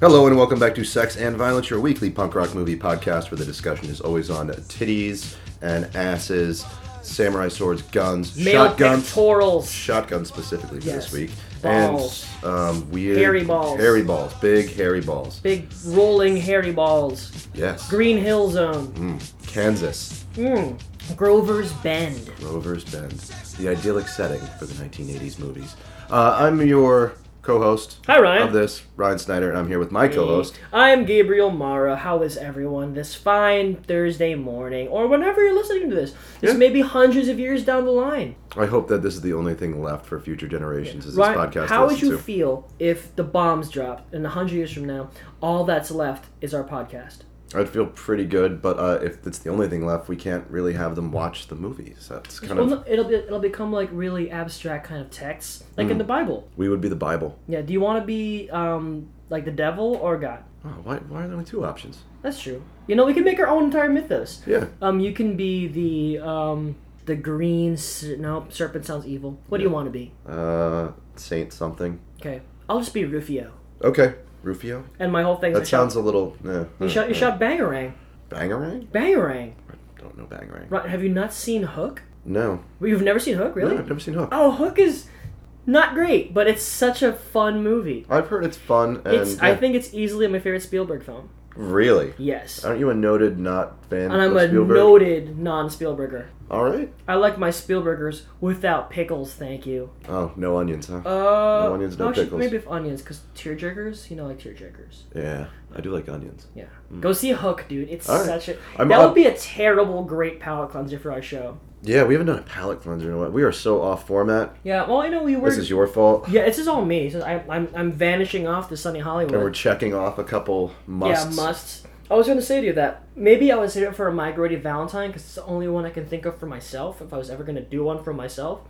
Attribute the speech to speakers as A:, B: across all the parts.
A: Hello and welcome back to Sex and Violence, your weekly punk rock movie podcast where the discussion is always on titties and asses, samurai swords, guns,
B: Male
A: shotguns,
B: pectorals.
A: shotguns specifically for
B: Yes.
A: this week,
B: Balls.
A: and um, weird
B: Hairy balls.
A: hairy balls, big hairy balls.
B: Big rolling hairy balls.
A: Yes,
B: Green Hill
A: Mm-hmm.
B: Zone.
A: Kansas,
B: Mm. Grover's Bend.
A: Rover's Bend, the idyllic setting for the 1980s movies. Uh, I'm your co-host.
B: Hi, Ryan.
A: Of this, Ryan Snyder, and I'm here with my co-host.
B: I'm Gabriel Mara. How is everyone this fine Thursday morning or whenever you're listening to this? This
A: Yeah.
B: may be hundreds of years down the line.
A: I hope that this is the only thing left for future generations is this
B: Ryan,
A: podcast. to
B: how would
A: listen
B: you
A: to.
B: feel if the bombs dropped and 100 years from now, all that's left is our podcast?
A: I'd feel pretty good, but uh, if it's the only thing left, we can't really have them watch the movies. That's kind
B: Well,
A: of
B: no, it'll, be, it'll become like really abstract kind of texts, like
A: Mm-hmm.
B: in the Bible.
A: we would be the Bible.
B: Yeah, do you want to be um, like the devil or God?
A: Oh, why, why are there only two options?
B: That's true. You know, we can make our own entire mythos.
A: Yeah,
B: Um, you can be the um, the green. ser- No, serpent sounds evil. What do you want to be?
A: uh, Saint something.
B: Okay, I'll just be Rufio.
A: Okay, Rufio.
B: And my whole thing.
A: That sounds a little. Eh,
B: You shot. You shot Bangarang.
A: Bangarang?
B: Bangarang.
A: Don't know Bangarang.
B: Right? Have you not seen Hook?
A: No,
B: Well, You've never seen Hook, really?
A: no, I've never seen Hook.
B: Oh, Hook is not great, but it's such a fun movie.
A: I've heard it's fun and
B: It's. I
A: yeah.
B: think it's easily my favorite Spielberg film.
A: really.
B: Yes.
A: Aren't you a noted not fan
B: And I'm
A: of
B: a
A: Spielberg?
B: noted non-Spielberger.
A: All right.
B: I like my Spielbergers without pickles, thank you.
A: Oh, no onions, huh?
B: Uh,
A: No onions, no
B: actually,
A: pickles.
B: Maybe if onions, because tear jerkers, you know, like tear jerkers.
A: yeah, I do like onions.
B: Yeah. Go see Hook, dude. It's
A: Mm. All right.
B: such a.
A: I'm
B: that
A: up-
B: would be a terrible, great palate cleanser for our show.
A: Yeah, we haven't done a palate cleanser in a while. We are so off format.
B: Yeah. Well, you know, we were.
A: This is your fault.
B: yeah, this is all me. So I, I'm I'm vanishing off to sunny
A: And we're
B: Hollywood.
A: checking off a couple musts.
B: Yeah, musts. I was gonna say to you that maybe I would save it for a migrated Valentine because it's the only one I can think of for myself. If I was ever gonna do one for myself,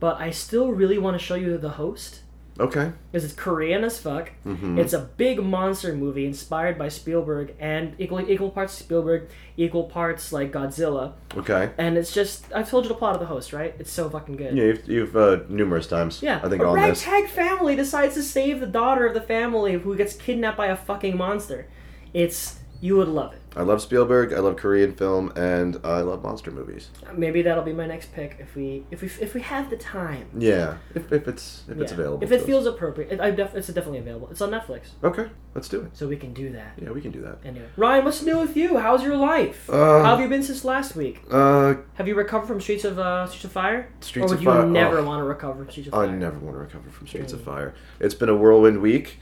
B: but I still really want to show you the host.
A: Okay.
B: because it's Korean as fuck.
A: Mhm.
B: It's a big monster movie inspired by Spielberg and equal equal parts Spielberg, equal parts like Godzilla.
A: Okay.
B: And it's just I've told you the plot of the host, right? It's so fucking good.
A: Yeah, you've, you've uh, numerous times.
B: Yeah,
A: I think
B: a
A: on this.
B: ragtag family decides to save the daughter of the family who gets kidnapped by a fucking monster. It's you would love it.
A: I love Spielberg. I love Korean film, and I love monster movies.
B: Maybe that'll be my next pick if we if we if we have the time.
A: Yeah, if, if it's if it's
B: Yeah.
A: available.
B: If
A: to
B: it
A: us.
B: feels appropriate, it, I def- it's definitely available. It's on Netflix,
A: okay, let's do it.
B: so we can do that.
A: Yeah, we can do that.
B: Anyway, Ryan, what's new with you? How's your life?
A: Uh,
B: How have you been since last week?
A: Uh,
B: Have you recovered from Streets of uh, Streets of Fire?
A: Streets
B: or would
A: of
B: you
A: Fire-
B: never
A: oh.
B: want to recover from Streets of
A: I
B: Fire?
A: never want to recover from Streets of Fire. It's been a whirlwind week.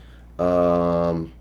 A: Um,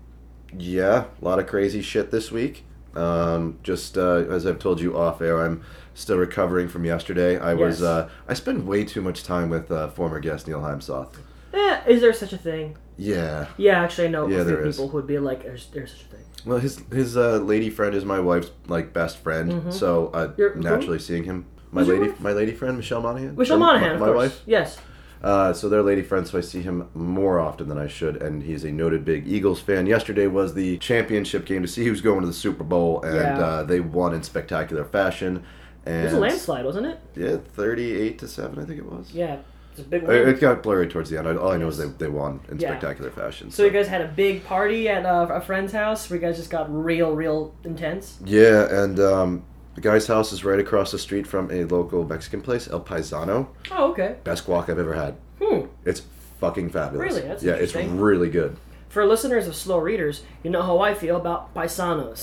A: yeah, a lot of crazy shit this week. Um, just uh, as I've told you off air, I'm still recovering from yesterday. I was
B: Yes.
A: uh, I spend way too much time with uh, former guest Neil Heimsoth.
B: Eh, is there such a thing?
A: Yeah,
B: Yeah, actually, I know
A: Yeah,
B: a few
A: there is.
B: people who would be like, "There's, there's such a thing."
A: well, his his uh, lady friend is my wife's like best friend, so uh,
B: Your- Mm-hmm. who?
A: naturally seeing him. My
B: Who's your
A: lady,
B: wife?
A: my lady friend Michelle Monaghan.
B: Michelle
A: Or my-
B: Monaghan, of
A: my
B: course.
A: wife.
B: Yes.
A: Uh, so they're lady friends, so I see him more often than I should, and he's a noted big Eagles fan. Yesterday was the championship game to see who's going to the Super Bowl, and
B: Yeah.
A: uh, they won in spectacular fashion. And
B: It was a landslide, wasn't it?
A: Yeah, thirty-eight to seven, I think it was.
B: Yeah, it's a big
A: It
B: one.
A: it got blurry towards the end. I- All I know is they,
B: Yes.
A: they won in
B: Yeah.
A: spectacular fashion.
B: So you guys had a big party at uh, a friend's house where you guys just got real, real intense.
A: yeah, and um, the guy's house is right across the street from a local Mexican place, El Paisano.
B: Oh, okay.
A: Best guac I've ever had.
B: Hmm.
A: It's fucking fabulous.
B: Really? That's
A: yeah, it's
B: interesting.
A: really good.
B: For listeners of slow readers, you know how I feel about paisanos.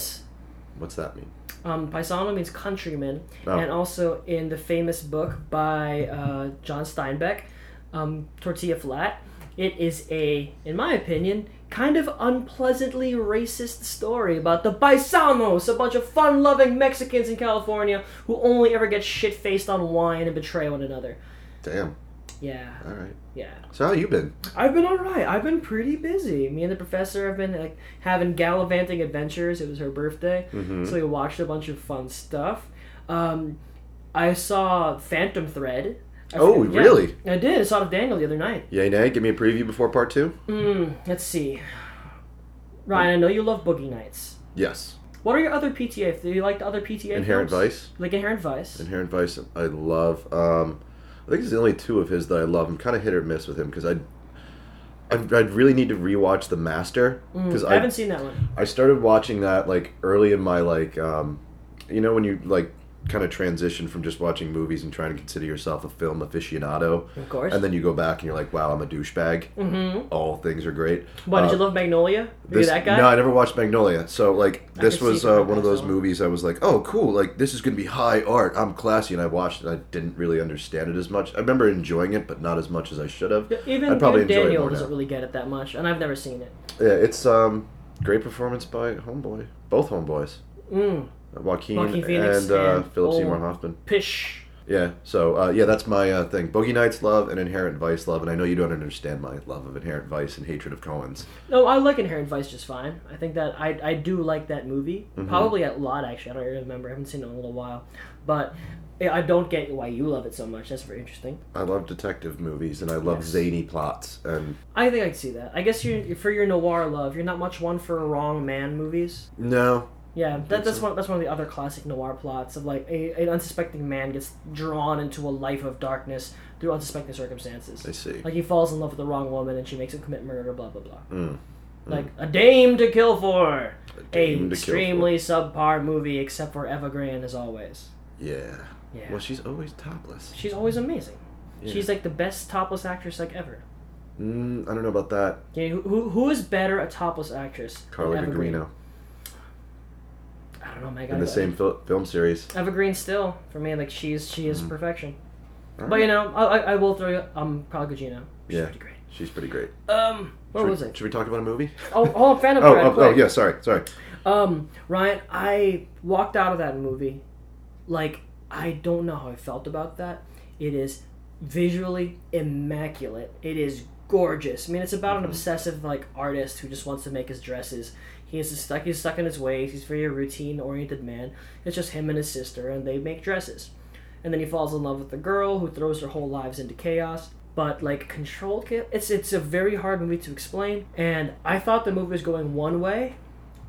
A: What's that mean?
B: Um, paisano means countryman,
A: Oh.
B: and also in the famous book by uh, John Steinbeck, um, Tortilla Flat, it is a, in my opinion, kind of unpleasantly racist story about the paisanos, a bunch of fun-loving Mexicans in California who only ever get shit-faced on wine and betray one another.
A: Damn.
B: Yeah,
A: All right.
B: yeah.
A: So how you been?
B: I've been all right. I've been pretty busy. Me and the professor have been like having gallivanting adventures. It was her birthday,
A: Mm-hmm.
B: so we watched a bunch of fun stuff. Um, I saw Phantom Thread. I
A: Oh,
B: forget- yeah,
A: really?
B: I did. I saw it with Daniel the other night.
A: Yay, nay. Give me a preview before part two.
B: Mm, let's see. Ryan, I know you love Boogie Nights.
A: Yes.
B: What are your other PTA? Do you like the other PTA?
A: Inherent
B: films?
A: Vice.
B: Like Inherent Vice.
A: Inherent Vice, I love. Um, I think it's the only two of his that I love. I'm kind of hit or miss with him because I, I, I really need to rewatch The Master because
B: Mm, Hmm, I
A: I
B: haven't seen that one.
A: I started watching that like early in my like um, you know when you like kind of transition from just watching movies and trying to consider yourself a film aficionado
B: Of course.
A: and then you go back and you're like wow I'm a douchebag
B: mm-hmm.
A: all things are great
B: Why did
A: Uh,
B: you love Magnolia? Were you
A: this-
B: that guy?
A: No, I never watched Magnolia. So like
B: I
A: this
B: could see
A: was
B: that
A: uh, one of those
B: also.
A: movies I was like, oh cool, like this is gonna be high art. I'm classy, and I watched it. I didn't really understand it as much. I remember enjoying it, but not as much as I should have.
B: Yeah, Even
A: I'd probably
B: even
A: enjoy it
B: Daniel
A: more
B: doesn't
A: now.
B: really get it that much, and I've never seen it.
A: Yeah, it's um great performance by Homeboy, both Homeboys, Uh,
B: Mm.
A: Joaquin,
B: Joaquin Phoenix
A: and, uh,
B: and
A: Philip
B: Paul.
A: Seymour Hoffman.
B: Pish.
A: Yeah, so uh, yeah, that's my uh, thing. Boogie Nights love and Inherent Vice love, and I know you don't understand my love of Inherent Vice and hatred of Cohen's.
B: No, I like Inherent Vice just fine. I think that I, I do like that movie.
A: Mm-hmm.
B: Probably a lot actually. I don't really remember. I haven't seen it in a little while, but yeah, I don't get why you love it so much. That's very interesting.
A: I love detective movies and I love
B: Yes.
A: zany plots and
B: I think I can see that. I guess you for your noir love, you're not much one for wrong man movies.
A: no,
B: Yeah, that, that's
A: so.
B: one. That's one of the other classic noir plots of like a, an unsuspecting man gets drawn into a life of darkness through unsuspecting circumstances.
A: I see.
B: Like he falls in love with the wrong woman and she makes him commit murder, blah blah blah.
A: Mm.
B: Like a dame to kill for.
A: dame
B: A
A: to kill
B: extremely subpar movie, except for Eva Grant as always.
A: Yeah.
B: Yeah,
A: Well, she's always topless.
B: she's always amazing.
A: Yeah.
B: She's like the best topless actress like ever.
A: Mm, I don't know about that.
B: Okay, who, who who is better a topless actress? than
A: Carla
B: Eva Green?
A: Gugino
B: I don't know, my
A: in
B: God.
A: the same fil- film series.
B: Eva Green still for me, like she's she is perfection.
A: Mm-hmm. All
B: But you
A: right.
B: know, I, I- I will throw you um Carla Gugino. She's
A: Yeah.
B: pretty great.
A: She's pretty great.
B: Um, what
A: should,
B: was
A: we,
B: it?
A: should we talk about a movie?
B: Oh, oh, I'm fan of
A: Oh,
B: Brad
A: oh, oh,
B: Pitt.
A: yeah. Sorry, sorry.
B: Um, Ryan, I walked out of that movie like I don't know how I felt about that. It is visually immaculate. It is gorgeous. I mean, it's about an obsessive like artist who just wants to make his dresses. He is stuck. He's stuck in his ways. He's a very routine-oriented man. It's just him and his sister, and they make dresses. And then he falls in love with the girl who throws her whole lives into chaos. But like control, Ca- it's it's a very hard movie to explain. And I thought the movie was going one way,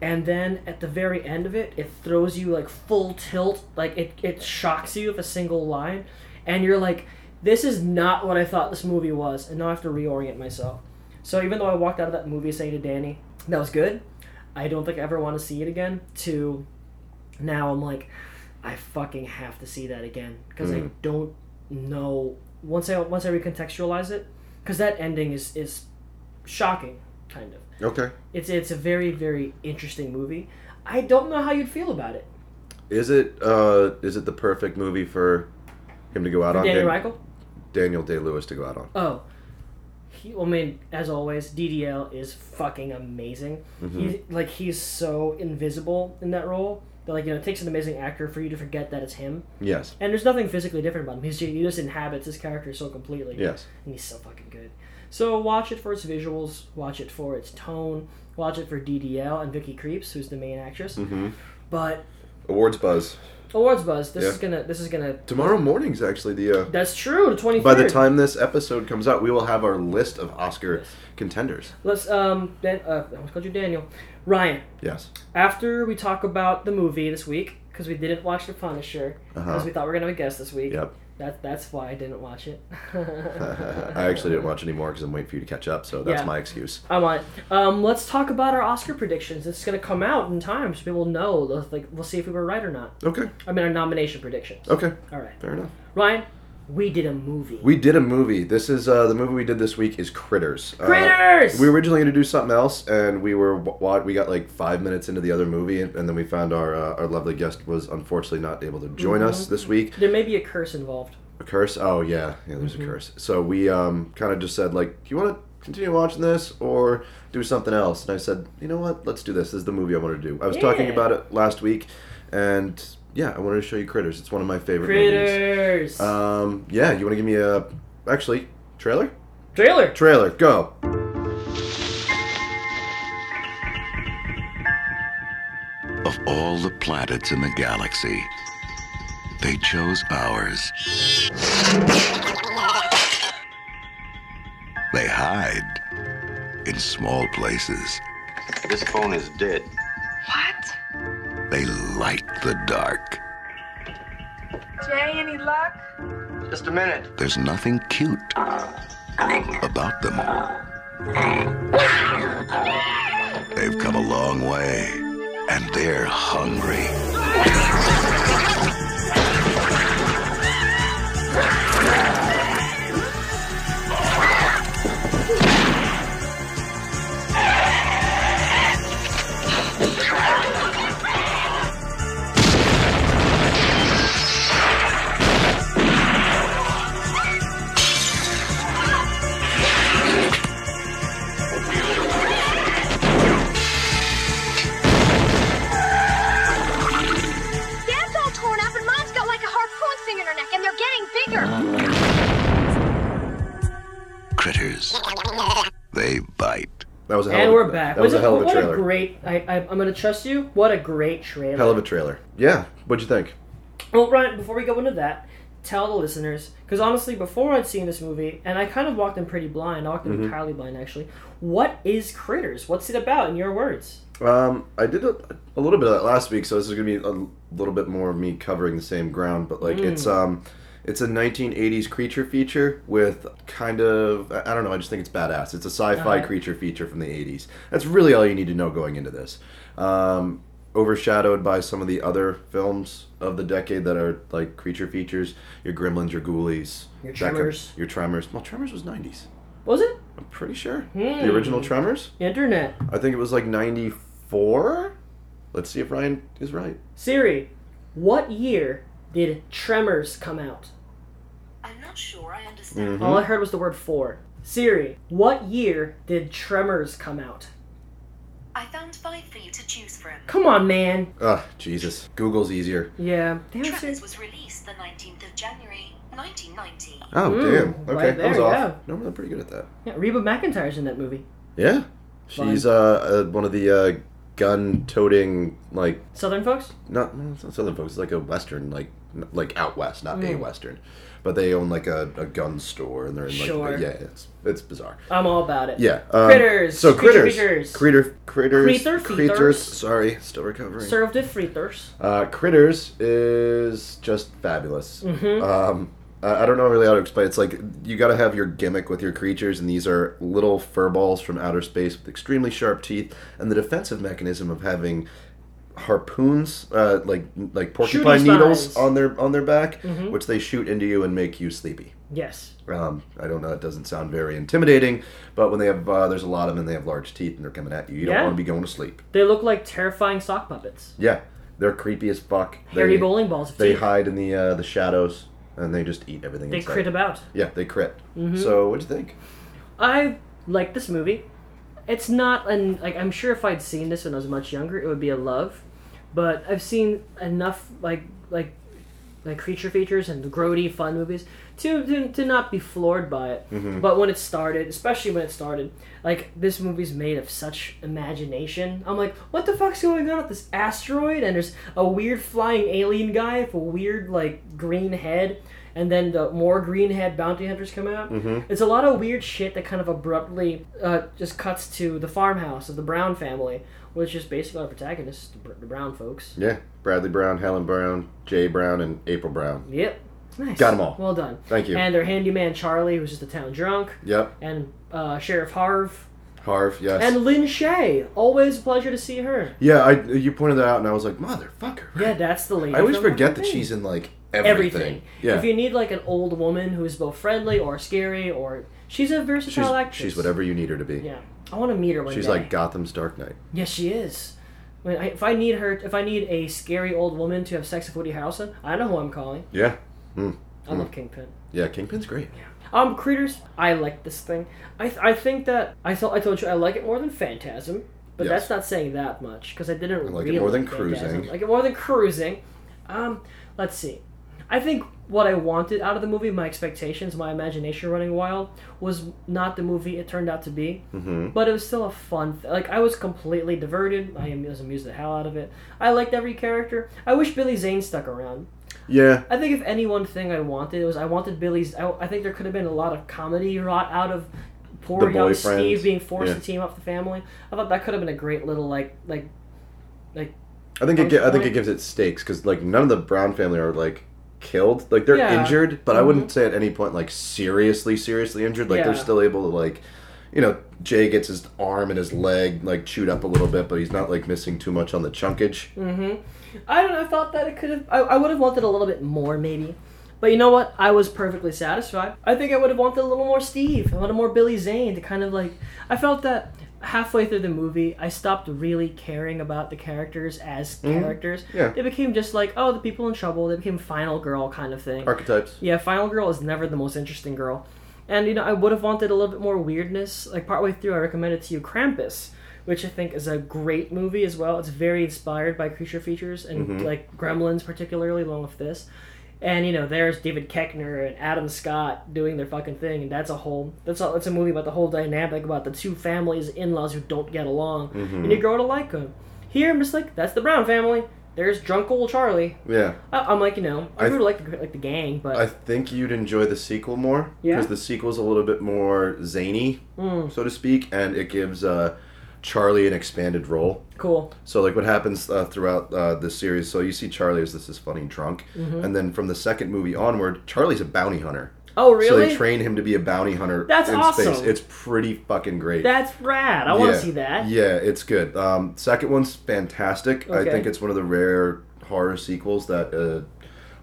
B: and then at the very end of it it throws you like full tilt like it, it shocks you with a single line and you're like this is not what i thought this movie was and now i have to reorient myself so even though i walked out of that movie saying to danny that was good i don't think i ever want to see it again to now i'm like i fucking have to see that again because i
A: Mm.
B: don't know once i once i recontextualize it because that ending is is shocking kind of
A: Okay.
B: it's it's a very very interesting movie. I don't know how you'd feel about it.
A: Is it uh is it the perfect movie for him to go out on?
B: Danny
A: Dan-
B: Reichel.
A: Daniel Day Lewis to go out on.
B: Oh, he. well, I mean, as always, DDL is fucking amazing.
A: Mm-hmm.
B: He like he's so invisible in that role that like you know it takes an amazing actor for you to forget that it's him.
A: Yes.
B: And there's nothing physically different about him. He's ju- he just inhabits his character so completely.
A: Yes.
B: and he's so fucking good. So watch it for its visuals, watch it for its tone, watch it for DDL and Vicky Creeps, who's the main actress.
A: Mm-hmm.
B: But
A: Awards buzz
B: awards buzz. This
A: Yeah.
B: is gonna this is gonna
A: tomorrow morning's actually the. Uh,
B: That's true. The twenty third.
A: by the time this episode comes out, we will have our list of Oscar
B: Yes.
A: contenders.
B: let's um, Dan- uh, I almost called you Daniel, Ryan.
A: Yes.
B: After we talk about the movie this week, because we didn't watch The Punisher, because
A: Uh-huh.
B: we thought we were gonna have a guest this week.
A: Yep.
B: That that's why I didn't watch it.
A: I actually didn't watch anymore because I'm waiting for you to catch up, so that's
B: Yeah.
A: my excuse.
B: I'm on. it. Um, let's talk about our Oscar predictions. It's gonna come out in time, so people know. Like, we'll see if we were right or not.
A: Okay.
B: I mean, our nomination predictions.
A: Okay.
B: All right,
A: Fair enough.
B: Ryan. We did a movie.
A: We did a movie. This is uh, the movie we did this week is Critters. Uh,
B: Critters.
A: we were originally going to do something else, and we were wa- we got like five minutes into the other movie, and, and then we found our uh, our lovely guest was unfortunately not able to join us
B: Mm-hmm.
A: this week.
B: There may be a curse involved.
A: A curse? Oh yeah, yeah. There's
B: Mm-hmm.
A: a curse. So we um, kind of just said like, do you want to continue watching this or do something else? And I said, you know what? Let's do this. This is the movie I want to do. I was talking
B: Yeah.
A: about it last week, and yeah, I wanted to show you Critters. It's one of my favorite movies.
B: Critters.
A: Um, yeah, you want to give me a actually trailer?
B: Trailer.
A: Trailer, go.
C: Of all the planets in the galaxy, they chose ours. They hide in small places.
D: This phone is dead.
E: What?
C: They like the dark.
E: Jay, any luck?
D: Just a minute.
C: There's nothing cute about them. They've come a long way, and they're hungry.
F: Dad's all torn up and Mom's got like a harpoon thing in her neck and they're getting
G: Uh-huh.
F: bigger.
C: Critters. They bite.
A: That was a hell
B: And
A: of a,
B: we're back.
A: That was,
B: What
A: a hell of a
B: what
A: trailer.
B: great. I, I, I'm gonna trust you. What a great trailer.
A: Hell of a trailer. Yeah. What'd you think?
B: Well, Ryan, before we go into that, tell the listeners because honestly, before I'd seen this movie, and I kind of walked in pretty blind, I walked
A: Mm-hmm.
B: in entirely blind actually. What is Critters? What's it about? In your words.
A: Um, I did a, a little bit of that last week, so this is gonna be a little bit more of me covering the same ground. But like, it's um, it's a 1980s creature feature with kind of I I don't know. I just think it's badass. It's a sci-fi
B: Uh-huh.
A: creature feature from the 80s. That's really all you need to know going into this. Um, overshadowed by some of the other films of the decade that are like creature features. Your Gremlins, your Ghoulies,
B: Your
A: that kind-
B: Tremors.
A: your Tremors. Well, Tremors was 90s.
B: Was it
A: I'm pretty sure the original Tremors.
B: internet
A: I think it was like 94. Let's see if Ryan is right.
B: Siri? What year did Tremors come out?
H: I'm not sure I understand.
A: Mm-hmm.
B: All I heard was the word four. Siri, what year did Tremors come out?
A: Hmm.
H: I found five for you to choose from.
B: Come on, man.
A: Ah, Jesus. Google's easier.
B: Yeah. Damn Siri.
H: Tremors was released the 19th of January, 1990.
A: Oh,
B: Mm,
A: damn. Okay,
B: right
A: that was
B: there,
A: off.
B: yeah.
A: No, I'm pretty good at that.
B: Yeah, Reba McIntyre's in that movie.
A: Yeah. She's uh, uh one of the uh, gun-toting like
B: Southern folks?
A: not, no, it's not southern folks. It's like a western, like n- like out west, not
B: Hmm.
A: a western, but they own like a, a gun store and they're in like
B: Sure.
A: yeah, it's it's bizarre.
B: I'm all about it.
A: Yeah. um,
B: Critters,
A: So
B: creature
A: critters.
B: features.
A: Critter, critters.
B: Creator features.
A: Creatures. Sorry, still recovering.
B: Served with fritters.
A: Uh, Critters is just fabulous.
B: Mm-hmm.
A: Um, I I don't know really how to explain. It's like you got to have your gimmick with your creatures, and these are little fur balls from outer space with extremely sharp teeth, and the defensive mechanism of having harpoons, uh, like like porcupine
B: Shooting
A: needles
B: stars.
A: on their on their back,
B: Mm-hmm.
A: which they shoot into you and make you sleepy.
B: Yes.
A: Um, I don't know. It doesn't sound very intimidating, but when they have uh, there's a lot of them, and they have large teeth, and they're coming at you. You
B: Yeah.
A: don't want to be going to sleep.
B: They look like terrifying sock puppets.
A: Yeah, they're creepy as fuck.
B: Hairy
A: They-
B: bowling balls. Of
A: they
B: teeth.
A: hide in the uh, the shadows and they just eat everything.
B: They
A: inside.
B: crit about. Mm-hmm.
A: Yeah, they crit. So what'd you think?
B: I like this movie. It's not an like I'm sure if I'd seen this when I was much younger, it would be a love. But I've seen enough like like like creature features and grody fun movies to to, to not be floored by it. But when it started, especially when it started, like this movie's made of such imagination. I'm like, what the fuck's going on with this asteroid? And there's a weird flying alien guy with a weird like green head. And then the more green head bounty hunters come out. It's a lot of weird shit that kind of abruptly uh, just cuts to the farmhouse of the Brown family, which is basically our protagonists, the Br- the Brown folks.
A: Yeah, Bradley Brown, Helen Brown, Jay Brown, and April Brown.
B: Yep. Nice.
A: Got 'em all.
B: Well done.
A: Thank you.
B: And their handyman Charlie, who's just a town drunk,
A: Yep,
B: and uh, Sheriff Harv,
A: Harv. Yes.
B: and Lynn Shay. Always a pleasure to see her.
A: yeah, I you pointed that out, and I was like, motherfucker.
B: Yeah, that's the lady.
A: I always
B: from the
A: forget
B: fucking
A: that
B: thing.
A: she's in like
B: everything.
A: everything. Yeah.
B: If you need like an old woman who's both friendly or scary or she's a versatile
A: she's,
B: actress.
A: she's whatever you need her to be.
B: Yeah. I want to meet her one
A: She's
B: day.
A: like Gotham's Dark Knight.
B: Yes, she is. I mean, I, if I need her, if I need a scary old woman to have sex with Woody Harrelson, I know who I'm calling.
A: Yeah.
B: I
A: Hmm.
B: love Kingpin.
A: Yeah, Kingpin's great.
B: Um, Critters, I like this thing. I, th- I think that I thought I told you I like it more than Phantasm, but
A: Yes.
B: that's not saying that much because I didn't
A: like it
B: really
A: more than
B: Phantasm.
A: Cruising.
B: I like it more than cruising. Um, let's see. I think what I wanted out of the movie, my expectations, my imagination running wild, was not the movie it turned out to be. Mm-hmm. But it was still a fun. Th- like I was completely diverted. I am- was amused the hell out of it. I liked every character. I wish Billy Zane stuck around.
A: Yeah.
B: I think if any one thing I wanted it was I wanted Billy's. I, I think there could have been a lot of comedy wrought out of poor
A: The
B: young
A: boyfriends.
B: Steve being forced
A: Yeah.
B: to team up with the family. I thought that could have been a great little like like like
A: I think it. gi- I think
B: Punchline.
A: it gives it stakes because like none of the Brown family are like killed. Like they're
B: Yeah. Mm-hmm.
A: injured, but I wouldn't say at any point like seriously, seriously injured. Like
B: Yeah.
A: they're still able to like you know, Jay gets his arm and his leg like chewed up a little bit, but he's not like missing too much on the chunkage.
B: Mm. mm-hmm. I don't know. I thought that it could have. I, I would have wanted a little bit more, maybe. But you know what? I was perfectly satisfied. I think I would have wanted a little more Steve, a little more Billy Zane to kind of like. I felt that halfway through the movie, I stopped really caring about the characters as characters.
A: Mm-hmm. Yeah.
B: They became just like, oh, the people in trouble. They became final girl kind of thing.
A: Archetypes.
B: Yeah, Final Girl is never the most interesting girl. And, you know, I would have wanted a little bit more weirdness. Like, partway through, I recommended to you Krampus, which I think is a great movie as well. It's very inspired by creature features and, like, gremlins, particularly, along with this. And, you know, there's David Keckner and Adam Scott doing their fucking thing. And that's a whole, that's a, that's a movie about the whole dynamic about the two families, in laws who don't get along. And you grow to like them. Here, I'm just like, that's the Brown family. There's drunk old Charlie.
A: Yeah.
B: I, I'm like, you know, I
A: I-
B: really like the, like the gang, but
A: I think you'd enjoy the sequel more
B: Yeah? Mm.
A: because the sequel's a little bit more zany, so to speak, and it gives uh, Charlie an expanded role.
B: cool.
A: So like what happens uh, throughout uh, the series? So you see Charlie as this is funny drunk,
B: Mm-hmm.
A: and then from the second movie onward, Charlie's a bounty hunter.
B: Oh,
A: So
B: really?
A: they train him to be a bounty hunter.
B: That's
A: in Space.
B: awesome.
A: It's pretty fucking great.
B: That's rad. I want
A: Yeah.
B: to see that.
A: Yeah, it's good. Um, second one's fantastic.
B: Okay.
A: I think it's one of the rare horror sequels that uh,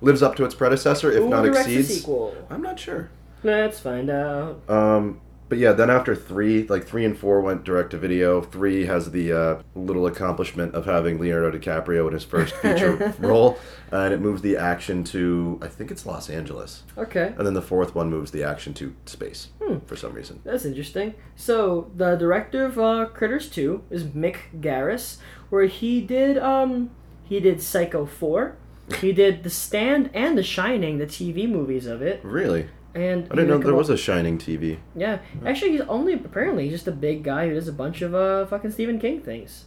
A: lives up to its predecessor, if
B: Who
A: not
B: directs the
A: exceeds.
B: sequel?
A: I'm not sure.
B: Let's find out.
A: Um, but yeah, then after three, like three and four went direct to video. Three has the uh, little accomplishment of having Leonardo DiCaprio in his first feature role, and it moves the action to I think it's Los Angeles,
B: Okay,
A: and then the fourth one moves the action to space for some reason.
B: that's interesting. So the director of uh, Critters Two is Mick Garris, where he did um he did Psycho Four. He did The Stand and The Shining, the TV movies of it,
A: Really,
B: and
A: I didn't know there was a Shining TV.
B: yeah. Actually, he's only apparently he's just a big guy who does a bunch of uh fucking Stephen King things.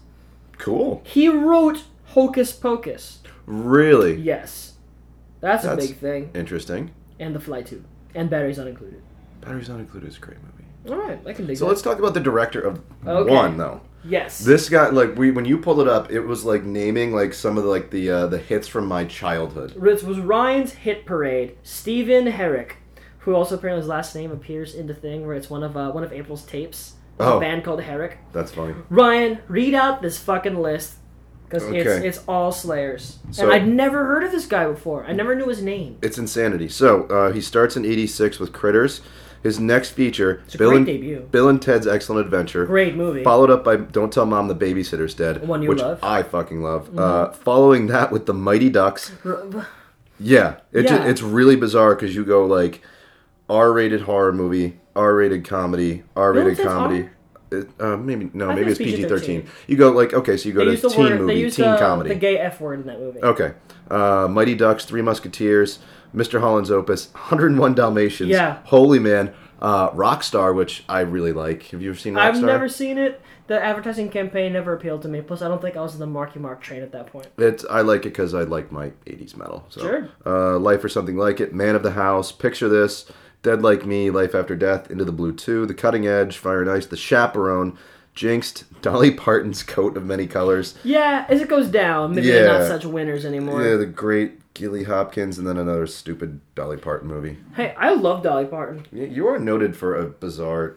A: Cool.
B: He wrote Hocus Pocus.
A: Really
B: Yes, that's,
A: That's-
B: a big thing.
A: interesting.
B: And The Fly Two, and Batteries Not Included.
A: Batteries Not Included is a great movie.
B: All right, I can dig
A: So
B: that.
A: let's talk about the director of
B: Okay.
A: one though.
B: Yes.
A: This guy, like we when you pulled it up, it was like naming like some of the, like the uh, the hits from my childhood.
B: This was Ryan's hit parade. Stephen Herrick, who also apparently his last name appears in the thing where it's one of uh, one of April's tapes. It's
A: Oh.
B: A band called Herrick.
A: That's funny.
B: Ryan, read out this fucking list because
A: Okay.
B: it's it's all Slayers.
A: So-
B: and I'd never heard of this guy before. I never knew his name.
A: It's insanity. So uh, he starts in '86 with Critters. His next feature,
B: a
A: Bill
B: great
A: and
B: debut.
A: Bill and Ted's Excellent Adventure.
B: Great movie.
A: Followed up by Don't Tell Mom the Babysitter's Dead,
B: One you
A: which
B: love. Mm-hmm.
A: I fucking love. Uh, following that with the Mighty Ducks. Yeah, it ju-
B: Yeah.
A: it's really bizarre because you go like R-rated horror movie, R-rated comedy, R-rated
B: Bill and Ted's
A: Comedy. It, uh, maybe no,
B: I
A: maybe it's
B: think it's
A: PG
B: PG-13.
A: thirteen. You go like okay, so you go
B: They
A: to
B: used the
A: teen
B: word. They
A: movie,
B: used
A: teen
B: the,
A: comedy.
B: the gay f word in that movie.
A: Okay. Uh, Mighty Ducks, Three Musketeers, Mr. Holland's Opus, 101 Dalmatians,
B: Yeah.
A: Holy Man, uh, Rockstar, which I really like. Have you ever seen Rockstar?
B: I've never seen it. The advertising campaign never appealed to me. Plus, I don't think I was in the Marky Mark train at that point.
A: It's, I like it because I like my 80s metal. So.
B: Sure.
A: Uh, Life or Something Like It, Man of the House, Picture This, Dead Like Me, Life After Death, Into the Blue 2, The Cutting Edge, Fire and Ice, The Chaperone, Jinxed, Dolly Parton's Coat of Many Colors,
B: Yeah, as it goes down, maybe they're not
A: Yeah.
B: such winners anymore.
A: yeah, the great Gilly Hopkins, and then another stupid Dolly Parton movie.
B: Hey, I love Dolly Parton.
A: Y- You are noted for a bizarre,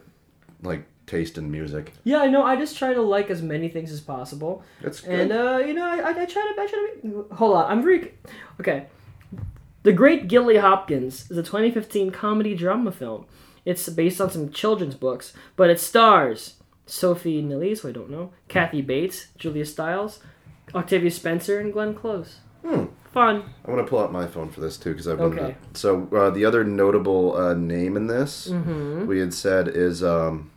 A: like, taste in music.
B: Yeah, I know. I just try to like as many things as possible,
A: That's good.
B: and uh, you know, I, I try to. I try to. Be... Hold on, I'm very okay. The Great Gilly Hopkins is a 2015 comedy drama film. It's based on some children's books, but it stars Sophie Nellis, who I don't know, Kathy Bates, Julia Stiles, Octavia Spencer, and Glenn Close. Hmm. Fun.
A: I want to pull out my phone for this too because I've been.
B: Okay.
A: So uh, the other notable uh, name in this
B: Mm-hmm.
A: we had said is um,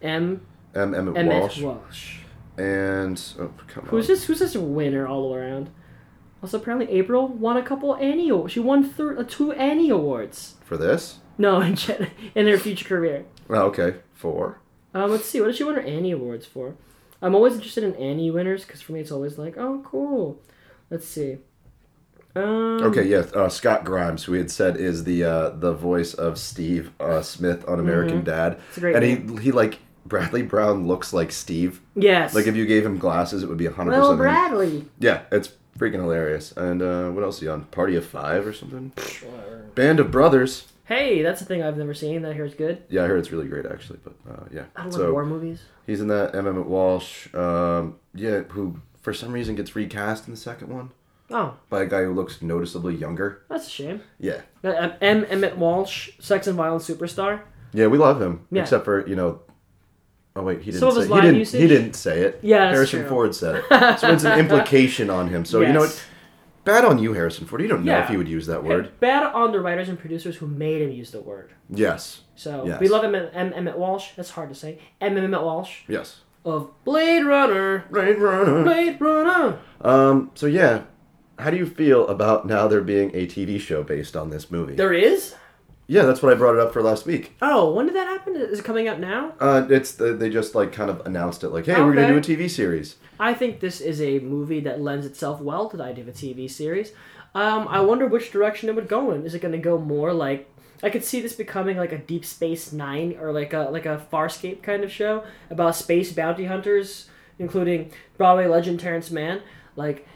B: M.
A: M. Emmett
B: Emmett
A: Walsh,
B: Walsh.
A: and oh, come
B: Who's
A: on.
B: this? Who's this winner all around? Also, apparently April won a couple Annie. aw- She won thir- uh, two Annie awards.
A: for this?
B: No, in, gen- in her future career.
A: Oh, okay, four.
B: Um, let's see. What did she win her Annie awards for? I'm always interested in Annie winners because for me it's always like, oh, cool. Let's see. Um,
A: Okay, yeah. Uh, Scott Grimes, who we had said is the uh, the voice of Steve uh, Smith on American Dad,
B: Mm-hmm. a great
A: and he he like Bradley Brown looks like Steve.
B: Yes.
A: Like if you gave him glasses, it would be hundred percent.
B: well, Bradley.
A: Yeah, it's freaking hilarious. And uh, what else are you on? Party of Five or something? Band of Brothers.
B: Hey, that's a thing I've never seen. That hair's good.
A: Yeah, I heard it's really great actually, but uh, yeah.
B: I don't like
A: So
B: war movies.
A: he's in that. M. Emmett Walsh. Um, yeah, who for some reason gets recast in the second one
B: Oh,
A: by a guy who looks noticeably younger.
B: that's a shame.
A: Yeah,
B: Uh, um, M. Emmett Walsh, sex and violence superstar.
A: yeah, we love him.
B: Yeah.
A: Except for you know. Oh wait, he didn't.
B: Some of
A: say,
B: his
A: he
B: line
A: didn't,
B: usage?
A: He didn't say it.
B: Yeah, that's
A: Harrison
B: true.
A: Ford said it. So it's an implication on him. So you know
B: Yes.
A: what? Bad on you, Harrison Ford. You don't know
B: Yeah.
A: if he would use that
B: Hey,
A: word.
B: Bad on the writers and producers who made him use the word.
A: Yes.
B: So
A: Yes.
B: we love M. M. Emmett Walsh. That's hard to say. M. Emmett Walsh
A: Yes.
B: of Blade Runner.
A: Blade Runner.
B: Blade Runner.
A: Um. So yeah, how do you feel about now there being a TV show based on this movie?
B: There is.
A: yeah, that's what I brought it up for last week.
B: Oh, when did that happen? Is it coming out now?
A: Uh, it's the, they just like kind of announced it, like, hey, we're gonna do a
B: Okay.
A: TV series.
B: I think this is a movie that lends itself well to the idea of a TV series. Um, I wonder which direction it would go in. Is it going to go more like I could see this becoming like a Deep Space Nine or like a like a Farscape kind of show about space bounty hunters, including Broadway legend Terrence Mann, like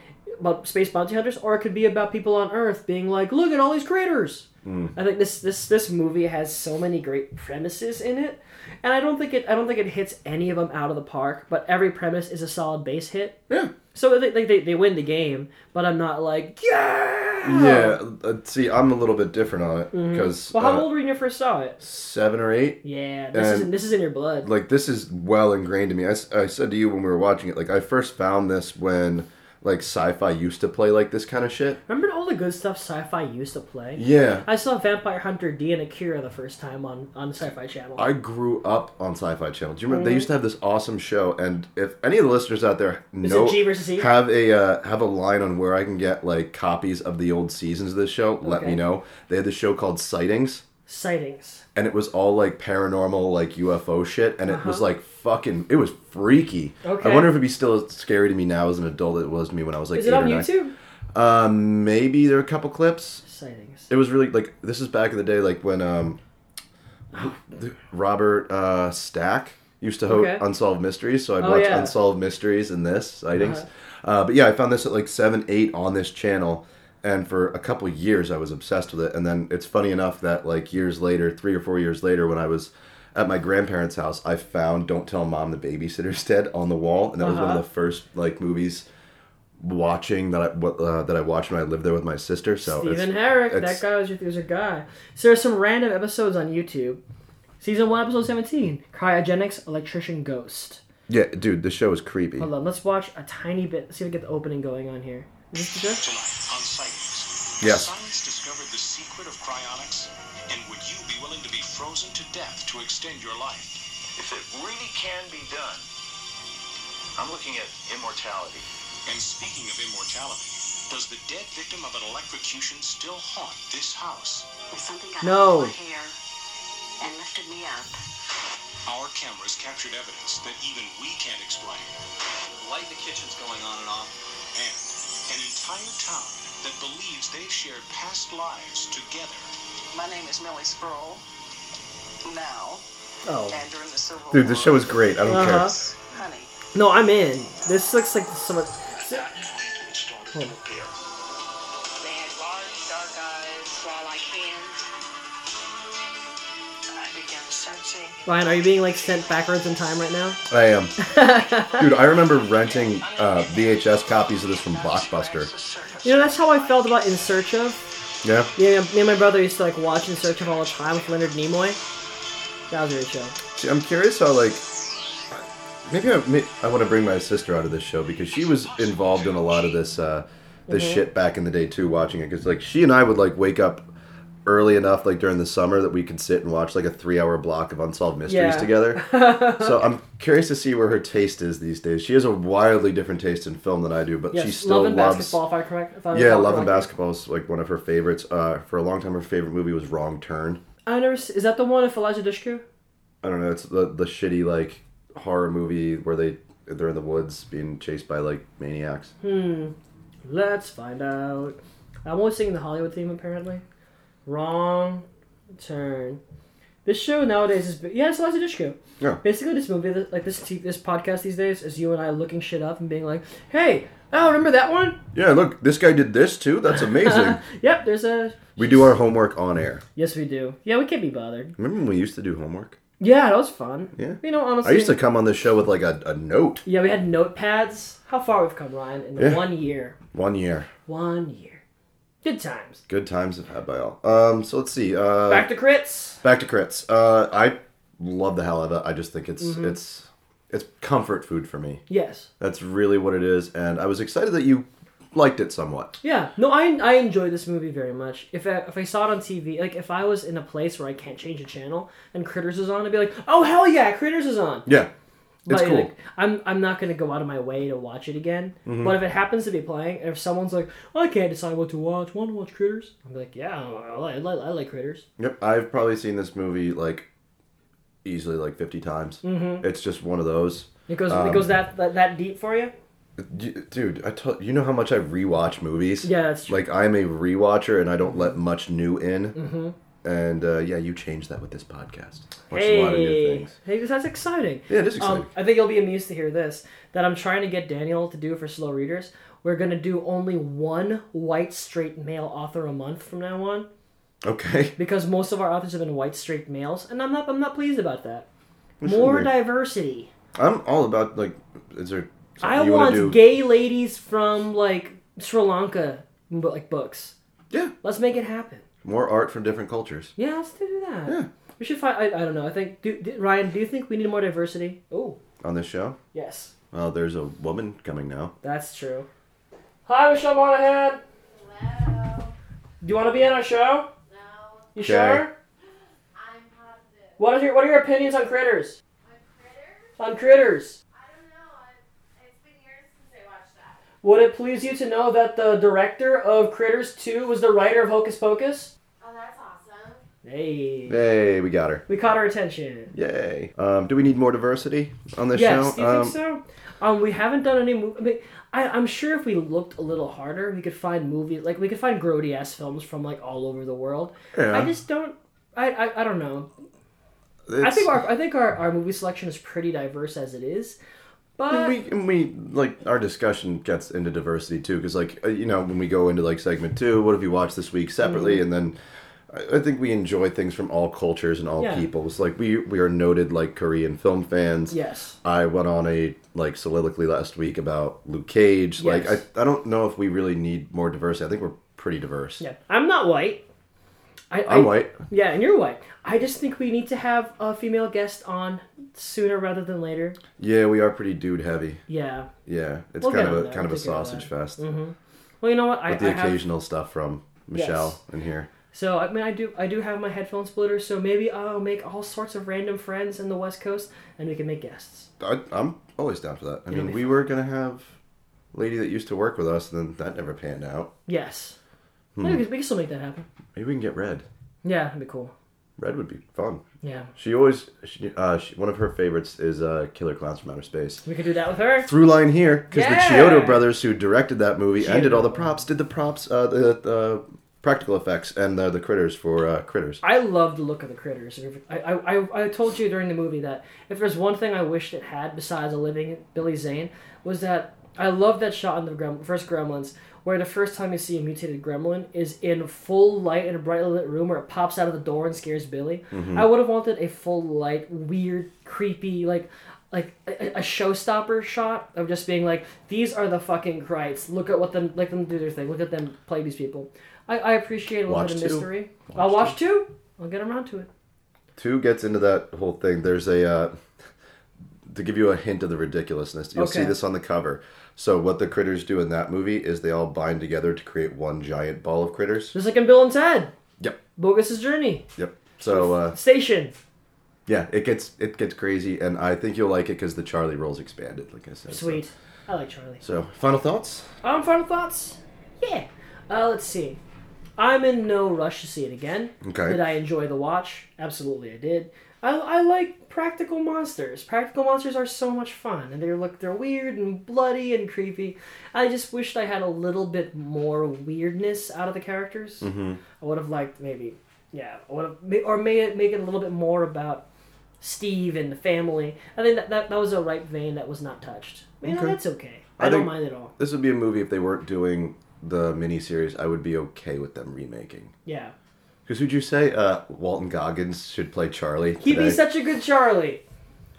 B: about space bounty hunters, or it could be about people on Earth being like, look at all these craters. I think this this this movie has so many great premises in it, and I don't think it I don't think it hits any of them out of the park. But every premise is a solid base hit.
A: Yeah.
B: So they, they, they, they win the game, but I'm not like yeah.
A: Yeah. Uh, see, I'm a little bit different on it because
B: Oh. Mm-hmm. Well, how
A: uh,
B: old were you when you first saw it?
A: seven or eight.
B: Yeah, this
A: And-
B: is in, this is in your blood.
A: like this is well ingrained in me. I, s- I said to you when we were watching it, like I first found this when like sci-fi used to play like this kind of shit.
B: Remember all the good stuff sci-fi used to play?
A: Yeah,
B: I saw Vampire Hunter D and Akira the first time on on Sci-Fi Channel.
A: I grew up on Sci-Fi Channel. Do you remember they
B: Mm.
A: used to have this awesome show? And if any of the listeners out there
B: Is
A: know
B: it G versus E?
A: have a uh, have a line on where I can get like copies of the old seasons of this show, let me
B: Okay.
A: know. They had this show called Sightings.
B: Sightings.
A: and it was all like paranormal, like UFO shit, and it was like fucking, it was freaky.
B: Uh-huh. Okay.
A: I wonder if it'd be still as scary to me now as an adult as it was to me when I was like
B: Is
A: eight
B: it on
A: or nine.
B: YouTube?
A: Um, maybe there are a couple clips.
B: Sightings.
A: It was really like this is back in the day, like when um,
B: Oh.
A: the- Robert uh, Stack used to host
B: Okay.
A: Unsolved Mysteries, so I'd
B: Oh,
A: watch
B: yeah. Uh-huh.
A: Unsolved Mysteries and this sightings. uh but yeah, I found this at like seven, eight on this channel, and for a couple years I was obsessed with it. And then it's funny enough that like years later, three or four years later, when I was at my grandparents' house, I found "Don't Tell Mom the Babysitter's Dead" on the wall, and that was one
B: Uh-huh.
A: of the first like movies watching that I what, uh, that I watched when I lived there with my sister. So it's-
B: Stephen Herrick,
A: it's-
B: that guy was your, was your guy. So there's some random episodes on YouTube. Season 1, episode 17 Cryogenics Electrician Ghost.
A: Yeah, dude, the show is creepy.
B: Hold on, let's watch a tiny bit. See if we get the opening going on here. Is this the show?
I: Tonight on Sightings.
A: Yes.
I: Science discovered the secret of cryonics, and would you be willing to be frozen to death to extend your life?
D: If it really can be done, I'm looking at immortality.
I: And speaking of immortality, does the dead victim of an electrocution still haunt this house?
H: There's something got
B: No.
H: no. my hair and lifted me up.
I: Our cameras captured evidence that even we can't explain,
D: Light in the kitchen's going on and off.
I: and an entire town that believes they shared past lives together.
J: My name is Millie Sproul. Now,
B: Oh.
J: and during the Civil War.
A: Dude, the show is great. I don't
B: Uh-huh.
A: care.
J: Honey,
B: No, I'm in. This looks like so much.
J: they had large, dark eyes, claw-like hands. I began searching.
B: Ryan, are you being like sent backwards in time right now?
A: I am. Dude, I remember renting uh, VHS copies of this from Blockbuster.
B: You know, that's how I felt about In Search of.
A: Yeah?
B: Yeah, me and my brother used to like watch In Search of all the time with Leonard Nimoy. That was a great show.
A: See, I'm curious how, like, maybe I, may, I want to bring my sister out of this show because she was involved in a lot of this, uh, this
B: Mm-hmm.
A: shit back in the day, too, watching it. Because, like, she and I would, like, wake up early enough, like, during the summer that we could sit and watch, like, a three hour block of Unsolved Mysteries
B: Yeah.
A: together. so I'm curious to see where her taste is these days. She has a wildly different taste in film than I do, but she
B: Yes,
A: still
B: Love and
A: loves.
B: Basketball, if I correct. If I
A: Yeah,
B: recall
A: Love and
B: correctly.
A: Basketball is like one of her favorites. Uh, for a long time, her favorite movie was Wrong Turn.
B: I never. s- Is that the one with Elijah Dushku?
A: I don't know. It's the the shitty like horror movie where they they're in the woods being chased by like maniacs.
B: Let's find out. I'm always singing the Hollywood theme, apparently. Wrong turn. This show nowadays is yeah, it's Elijah Dushku.
A: Yeah.
B: Basically, this movie, this- like this, t- this podcast these days, is you and I looking shit up and being like, "Hey, Oh, remember that one?
A: Yeah, look, this guy did this too. That's amazing.
B: Yep, there's a.
A: we do our homework on air.
B: Yes, we do. Yeah, we can't be bothered.
A: Remember when we used to do homework?
B: Yeah, that was fun.
A: Yeah.
B: You know, honestly.
A: I used to come on this show with like a, a note
B: Yeah, we had notepads. How far we've come, Ryan, in
A: Yeah.
B: one year.
A: one year.
B: One year. Good times.
A: Good times have had by all. Um, so let's see. Uh,
B: Back to crits.
A: Back to crits. Uh, I love the hell out of it. I just think it's it's it's comfort food for me.
B: Yes.
A: That's really what it is, and I was excited that you liked it somewhat.
B: Yeah. No, I I enjoy this movie very much. If I, if I saw it on TV, like if I was in a place where I can't change a channel and Critters is on, I'd be like, oh hell yeah, Critters is on.
A: Yeah, it's cool.
B: like, I'm I'm not gonna go out of my way to watch it again.
A: Mm-hmm.
B: But if it happens to be playing, and if someone's like, I can't decide what to watch, want to watch Critters? I'm like, yeah, I like, I like, I like Critters.
A: yep, I've probably seen this movie like easily like fifty times. Mm-hmm. It's just one of those.
B: It goes
A: Um,
B: it goes that, that that deep for you.
A: D- Dude, I told you know how much I rewatch movies.
B: Yeah, that's true.
A: Like I'm a rewatcher, and I don't let much new in. Mm-hmm. And uh, yeah, you changed that with this podcast. Watched a lot of new
B: Hey,
A: things.
B: hey, that's exciting.
A: Yeah, it is exciting.
B: Um, I think you'll be amused to hear this that I'm trying to get Daniel to do for slow readers. We're gonna do only one white straight male author a month from now on
A: okay.
B: because most of our authors have been white straight males, and I'm not I'm not pleased about that.
A: should
B: More
A: be.
B: diversity.
A: I'm all about like, is there? something
B: I
A: you wanna
B: want
A: do?
B: gay ladies from like Sri Lanka, but like books.
A: Yeah,
B: Let's make it happen.
A: more art from different cultures.
B: Yeah, let's do that.
A: Yeah.
B: We should find. I, I don't know. I think do, do- Ryan. Do you think we need more diversity? Oh,
A: On this show,
B: yes,
A: well, there's a woman coming now.
B: that's true. Hi, Michelle Monahan.
F: Hello.
B: Do you want to be on our show?
F: No,
B: You
A: Okay.
B: sure?
F: I'm positive.
B: What are your What are your opinions on critters?
F: My critter?
B: On critters.
F: I don't know. I- It's been years since I watched that.
B: Would it please you to know that the director of Critters Two was the writer of Hocus Pocus?
F: Oh, that's awesome.
B: Hey.
A: Hey, we got her.
B: We caught her attention.
A: Yay. Um, do we need more diversity on this
B: Yes,
A: show?
B: do you
A: um,
B: think so? Um, we haven't done any movie. I mean, I, I'm sure if we looked a little harder, we could find movies like we could find grody ass films from like all over the world.
A: Yeah.
B: I just don't. I, I, I don't know. I
A: It's-
B: think our I think our, our movie selection is pretty diverse as it is, but
A: we and we like our discussion gets into diversity too because like uh, you know when we go into like segment two what have you watched this week separately
B: Mm-hmm.
A: and then I, I think we enjoy things from all cultures and all
B: Yeah.
A: peoples like we we are noted like korean film fans
B: yes,
A: i went on a like soliloquy last week about luke cage like
B: Yes.
A: I, I don't know if we really need more diversity i think we're pretty diverse
B: yeah, I'm not white. I,
A: i'm
B: I-
A: white
B: Yeah, and you're white. I just think we need to have a female guest on sooner rather than later.
A: yeah we are pretty dude heavy
B: Yeah.
A: yeah it's
B: We'll
A: kind of
B: get on
A: a
B: that.
A: kind of
B: We'll
A: a
B: take care of
A: sausage
B: that.
A: fest
B: Well, you know what? Mm-hmm. I,
A: with the
B: I have
A: occasional stuff from michelle in here
B: So I mean, I do I do have my headphone splitter, so maybe I'll make all sorts of random friends in the West Coast, and we can make guests.
A: I, I'm always down for that. I mean,
B: me
A: we were gonna have a lady that used to work with us, and then that never panned out.
B: Yes, Yeah, we, can, we can still make that happen.
A: Maybe we can get Red.
B: Yeah, that'd be cool.
A: Red would be fun.
B: Yeah,
A: She always, she, uh, she, one of her favorites is uh, Killer Clowns from Outer Space.
B: we could do that with her.
A: Through line here because
B: Yeah!
A: the Chiodo brothers, who directed that movie and did all the
B: Chiodo.
A: props, did the props, uh, the, the practical effects, and the, the critters for uh, critters.
B: I love the look of the critters. I, I, I, I told you during the movie that if there's one thing I wished it had besides a living Billy Zane was that I love that shot in the grem- first Gremlins where the first time you see a mutated gremlin is in full light in a brightly lit room where it pops out of the door and scares Billy.
A: Mm-hmm.
B: I would have wanted a full light, weird, creepy, like like a, a showstopper shot of just being like, these are the fucking Krites. Look at what them, let them do their thing. Look at them play these people. I, I appreciate a little
A: Watch
B: bit of
A: two.
B: mystery. I'll watch two. I'll get around to it.
A: Two gets into that whole thing. There's a uh, to give you a hint of the ridiculousness. You'll see
B: Okay.
A: this on the cover. So what the critters do in that movie is they all bind together to create one giant ball of critters.
B: Just like in Bill and Ted,
A: Yep,
B: Bogus' Journey,
A: yep. So uh,
B: Station.
A: yeah, it gets it gets crazy, and I think you'll like it because the Charlie rules expanded, like I said. so-
B: Sweet. I like Charlie.
A: So, final thoughts.
B: Um, final thoughts? Yeah. Uh, let's see. I'm in no rush to see it again.
A: Okay.
B: Did I enjoy the watch? Absolutely, I did. I, I like practical monsters. Practical monsters are so much fun, and they look they're weird and bloody and creepy. I just wished I had a little bit more weirdness out of the characters.
A: Mm-hmm.
B: I would have liked maybe, yeah, I would have, or may it make it a little bit more about Steve and the family. I think that, that, that was a ripe vein that was not touched. You know,
A: Okay.
B: that's okay.
A: I
B: I, don't
A: think-
B: mind at all.
A: This would be a movie if they weren't doing the miniseries. I would be okay with them remaking.
B: Yeah.
A: Because would you say uh, Walton Goggins should play Charlie?
B: He'd
A: today?
B: be such a good Charlie.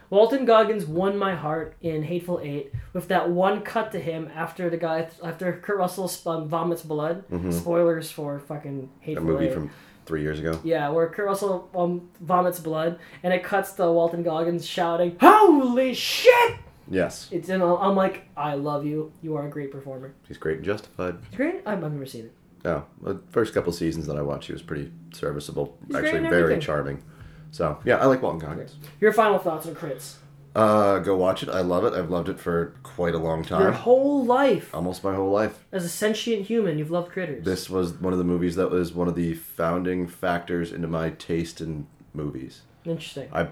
B: Walton Goggins won my heart in Hateful Eight with that one cut to him after the guy after Kurt Russell spun, vomits blood. Spoilers for fucking
A: a
B: Hateful
A: Mm-hmm. movie
B: Eight.
A: from three years ago.
B: yeah, where Kurt Russell um, vomits blood and it cuts to Walton Goggins shouting, "Holy shit!"
A: Yes,
B: It's in. I'm like, I love you. You are a great performer.
A: he's great and justified.
B: It's great. I've, I've never seen it.
A: Oh, the first couple seasons that I watched, he was pretty serviceable.
B: He's great
A: Actually,
B: in
A: very
B: everything.
A: charming. So yeah, I like Walton Goggins.
B: Your final thoughts on crits?
A: Uh, go watch it. I love it. I've loved it for quite a long
B: Your
A: time,
B: whole life
A: almost my whole life.
B: as a sentient human, you've loved critters.
A: This was one of the movies that was one of the founding factors into my taste in movies.
B: Interesting.
A: I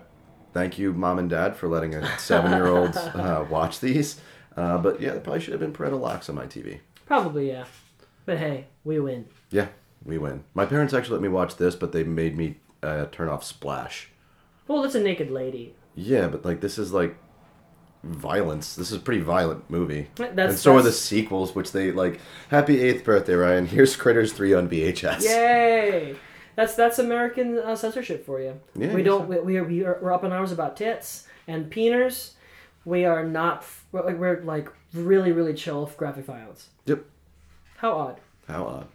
A: thank you, mom and dad, for letting a seven-year-old uh, watch these. Uh, but yeah, it probably should have been parental locks on my TV.
B: Probably yeah. But hey, we win.
A: Yeah, we win. My parents actually let me watch this, but they made me uh, turn off Splash.
B: Well, Oh, that's a naked lady.
A: Yeah, but like this is like violence. This is a pretty violent movie.
B: That's-
A: and so are the
B: that's-
A: sequels, which they like. Happy eighth birthday, Ryan. Here's Critters three on VHS.
B: Yay! That's that's American uh, censorship for you.
A: Yeah,
B: we
A: I
B: don't. We, we are we are we're up in arms about tits and peeners. We are not. f- We're, like- we're like really really chill for graphic violence.
A: Yep.
B: How odd.
A: How odd.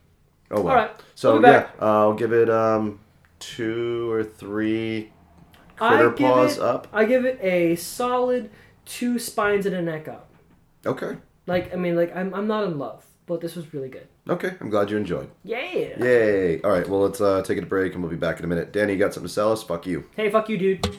A: Oh well.
B: All right,
A: So
B: we'll be back.
A: yeah, I'll give it um two or three critter paws
B: it,
A: up.
B: I give it a solid two spines and a neck up.
A: Okay.
B: Like I mean, like I'm I'm not in love, but this was really good.
A: Okay. I'm glad you enjoyed.
B: Yeah.
A: Yay. All right. Well, let's uh, take a break and we'll be back in a minute. Danny, you got something to sell us? Fuck you.
B: Hey, fuck you, dude.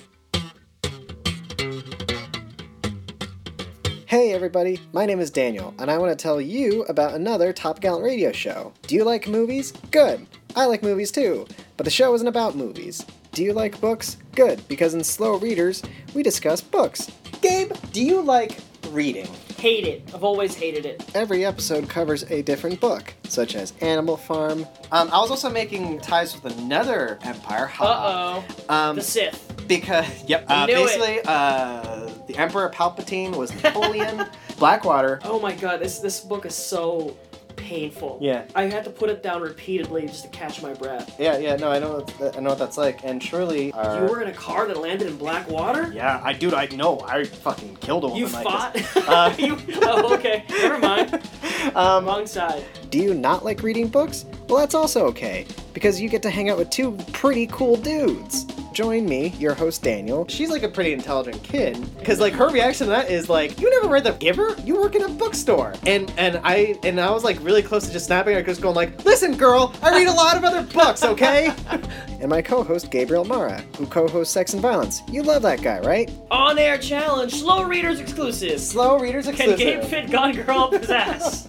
K: Hey everybody, my name is Daniel, and I want to tell you about another Top Gallant radio show. Do you like movies? Good! I like movies too, but the show isn't about movies. Do you like books? Good, because in Slow Readers, we discuss books. Gabe, do you like reading?
B: Hate it. I've always hated it.
K: Every episode covers a different book, such as Animal Farm. Um, I was also making ties with another empire.
B: Uh
K: oh. Um,
B: Sith.
K: because yep, uh,
B: Knew it.
K: basically, uh, the Emperor Palpatine was Napoleon. Blackwater
B: Oh my god, this this book is so painful.
K: Yeah.
B: I had to put it down repeatedly just to catch my breath.
K: Yeah, yeah, no, I know, what th- I know what that's like, and surely. Our...
B: You were in a car that landed in black water?
K: Uh, Yeah, I dude, I know, I fucking killed a woman
B: You
K: like
B: fought?
K: this. Uh,
B: you, oh, okay. Never mind.
K: Um,
B: Wrong side.
K: Do you not like reading books? Well, that's also okay, because you get to hang out with two pretty cool dudes. Join me, your host Daniel. She's like a pretty intelligent kid, because like her reaction to that is like, "You never read The Giver? You work in a bookstore." And and I and I was like really close to just snapping her, just going like, "Listen, girl, I read a lot of other books, okay?" and my co-host Gabriel Mara, who co-hosts Sex and Violence. You love that guy, right?
B: On air challenge, slow readers exclusive.
K: Slow readers
B: Can
K: exclusive.
B: Gabe fit Gone Girl up his ass?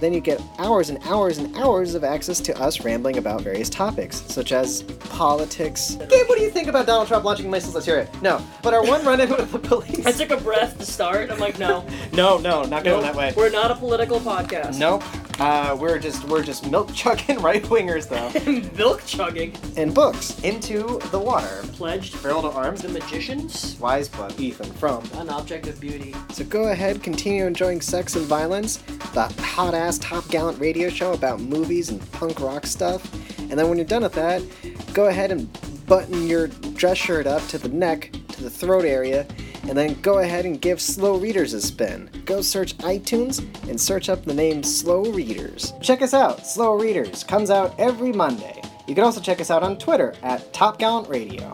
K: Then you get hours and hours and hours of access to us rambling about various topics, such as politics. Gabe, what do you think about Donald Trump launching missiles? Let's hear it. No, but our one run-in with the police.
B: I took a breath to start. I'm like, no.
K: no, no, not
B: no We're not a political podcast.
K: Nope. Uh, we're just we're just milk chugging right wingers though.
B: Milk chugging.
K: and books into the water.
B: Pledged.
K: Barrel to arms.
B: The magicians.
K: Wise book. Ethan from.
B: An object of beauty.
K: So go ahead, continue enjoying Sex and Violence, the hot ass Top Gallant radio show about movies and punk rock stuff. And then when you're done with that, go ahead and button your dress shirt up to the neck, to the throat area, and then go ahead and give Slow Readers a spin. Go search iTunes and search up the name Slow Readers. Check us out, Slow Readers comes out every Monday. You can also check us out on Twitter at Top Gallant Radio.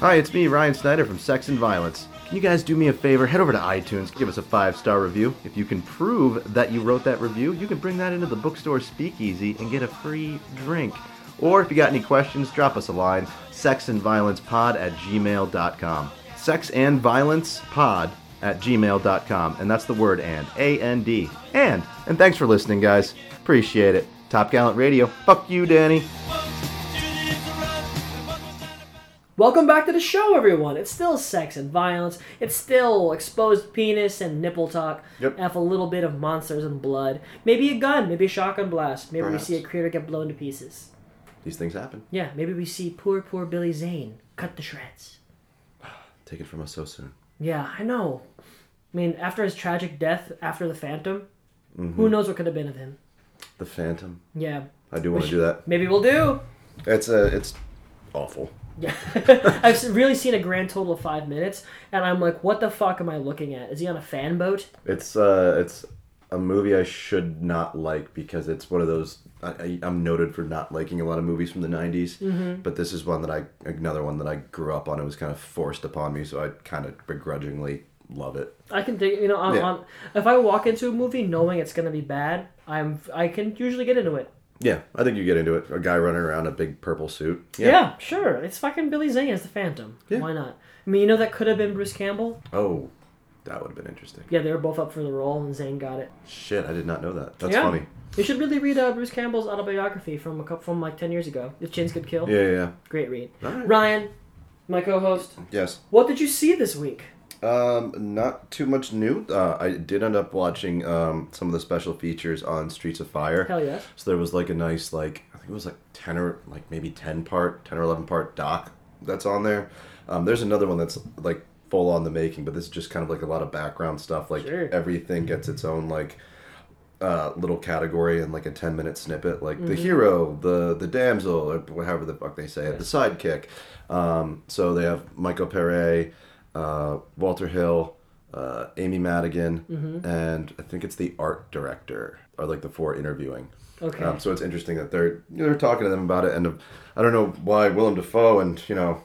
A: Hi, it's me, Ryan Snyder from Sex and Violence. Can you guys do me a favor? Head over to iTunes, give us a five star review. If you can prove that you wrote that review, you can bring that into the bookstore speakeasy and get a free drink. Or if you got any questions, drop us a line sexandviolencepod at gmail.com. Sexandviolencepod at gmail.com. And that's the word and. A N D. And. And thanks for listening, guys. Appreciate it. Top Gallant Radio. Fuck you, Danny.
B: Welcome back to the show, everyone. It's still sex and violence. It's still exposed penis and nipple talk.
A: Yep.
B: F a little bit of monsters and blood. Maybe a gun. Maybe a shotgun blast. Maybe
A: Perhaps.
B: we see a creator get blown to pieces.
A: These things happen.
B: Yeah, maybe we see poor, poor Billy Zane cut to shreds.
A: Take it from us so soon.
B: Yeah, I know. I mean, after his tragic death after the Phantom,
A: Mm-hmm.
B: who knows what could have been of him?
A: The Phantom.
B: Yeah,
A: I do want to do that.
B: maybe we'll do.
A: It's a. It's awful.
B: Yeah, I've s- really seen a grand total of five minutes, and I'm like, what the fuck am I looking at? Is he on a fan boat?
A: It's uh. It's a movie I should not like because it's one of those. I, I, I'm noted for not liking a lot of movies from the '90s,
B: Mm-hmm.
A: but this is one that I another one that I grew up on. It was kind of forced upon me, so I kind of begrudgingly love it.
B: I can think, you know, on,
A: Yeah.
B: on, if I walk into a movie knowing it's gonna be bad, I'm I can usually get into it.
A: Yeah, I think you get into it. A guy running around in a big purple suit.
B: Yeah, sure. It's fucking Billy Zane as the Phantom.
A: Yeah.
B: Why not? I mean, you know that could have been Bruce Campbell.
A: Oh, that would have been interesting.
B: Yeah, they were both up for the role, and Zane got it.
A: Shit, I did not know that. That's
B: yeah.
A: funny.
B: You should really read uh, Bruce Campbell's autobiography from a couple, from like ten years ago. If Chins Could Kill.
A: Yeah, yeah. yeah.
B: Great read.
A: All right.
B: Ryan, my co-host.
A: Yes.
B: What did you see this week?
A: Um, not too much new. Uh, I did end up watching um, some of the special features on Streets of Fire.
B: Hell yes.
A: So there was like a nice like I think it was like ten or like maybe ten part, ten or eleven part doc that's on there. Um, there's another one that's like full on the making, but this is just kind of like a lot of background stuff. Like
B: Sure.
A: everything gets its own like uh, little category and like a 10 minute snippet like
B: Mm-hmm.
A: the hero the the damsel or whatever the fuck they say it the sidekick um, so they have michael Pere, uh, walter hill uh, amy madigan
B: Mm-hmm.
A: and i think it's the art director are like the four interviewing
B: Okay.
A: um, so it's interesting that they're you know, they're talking to them about it and uh, i don't know why willem dafoe and you know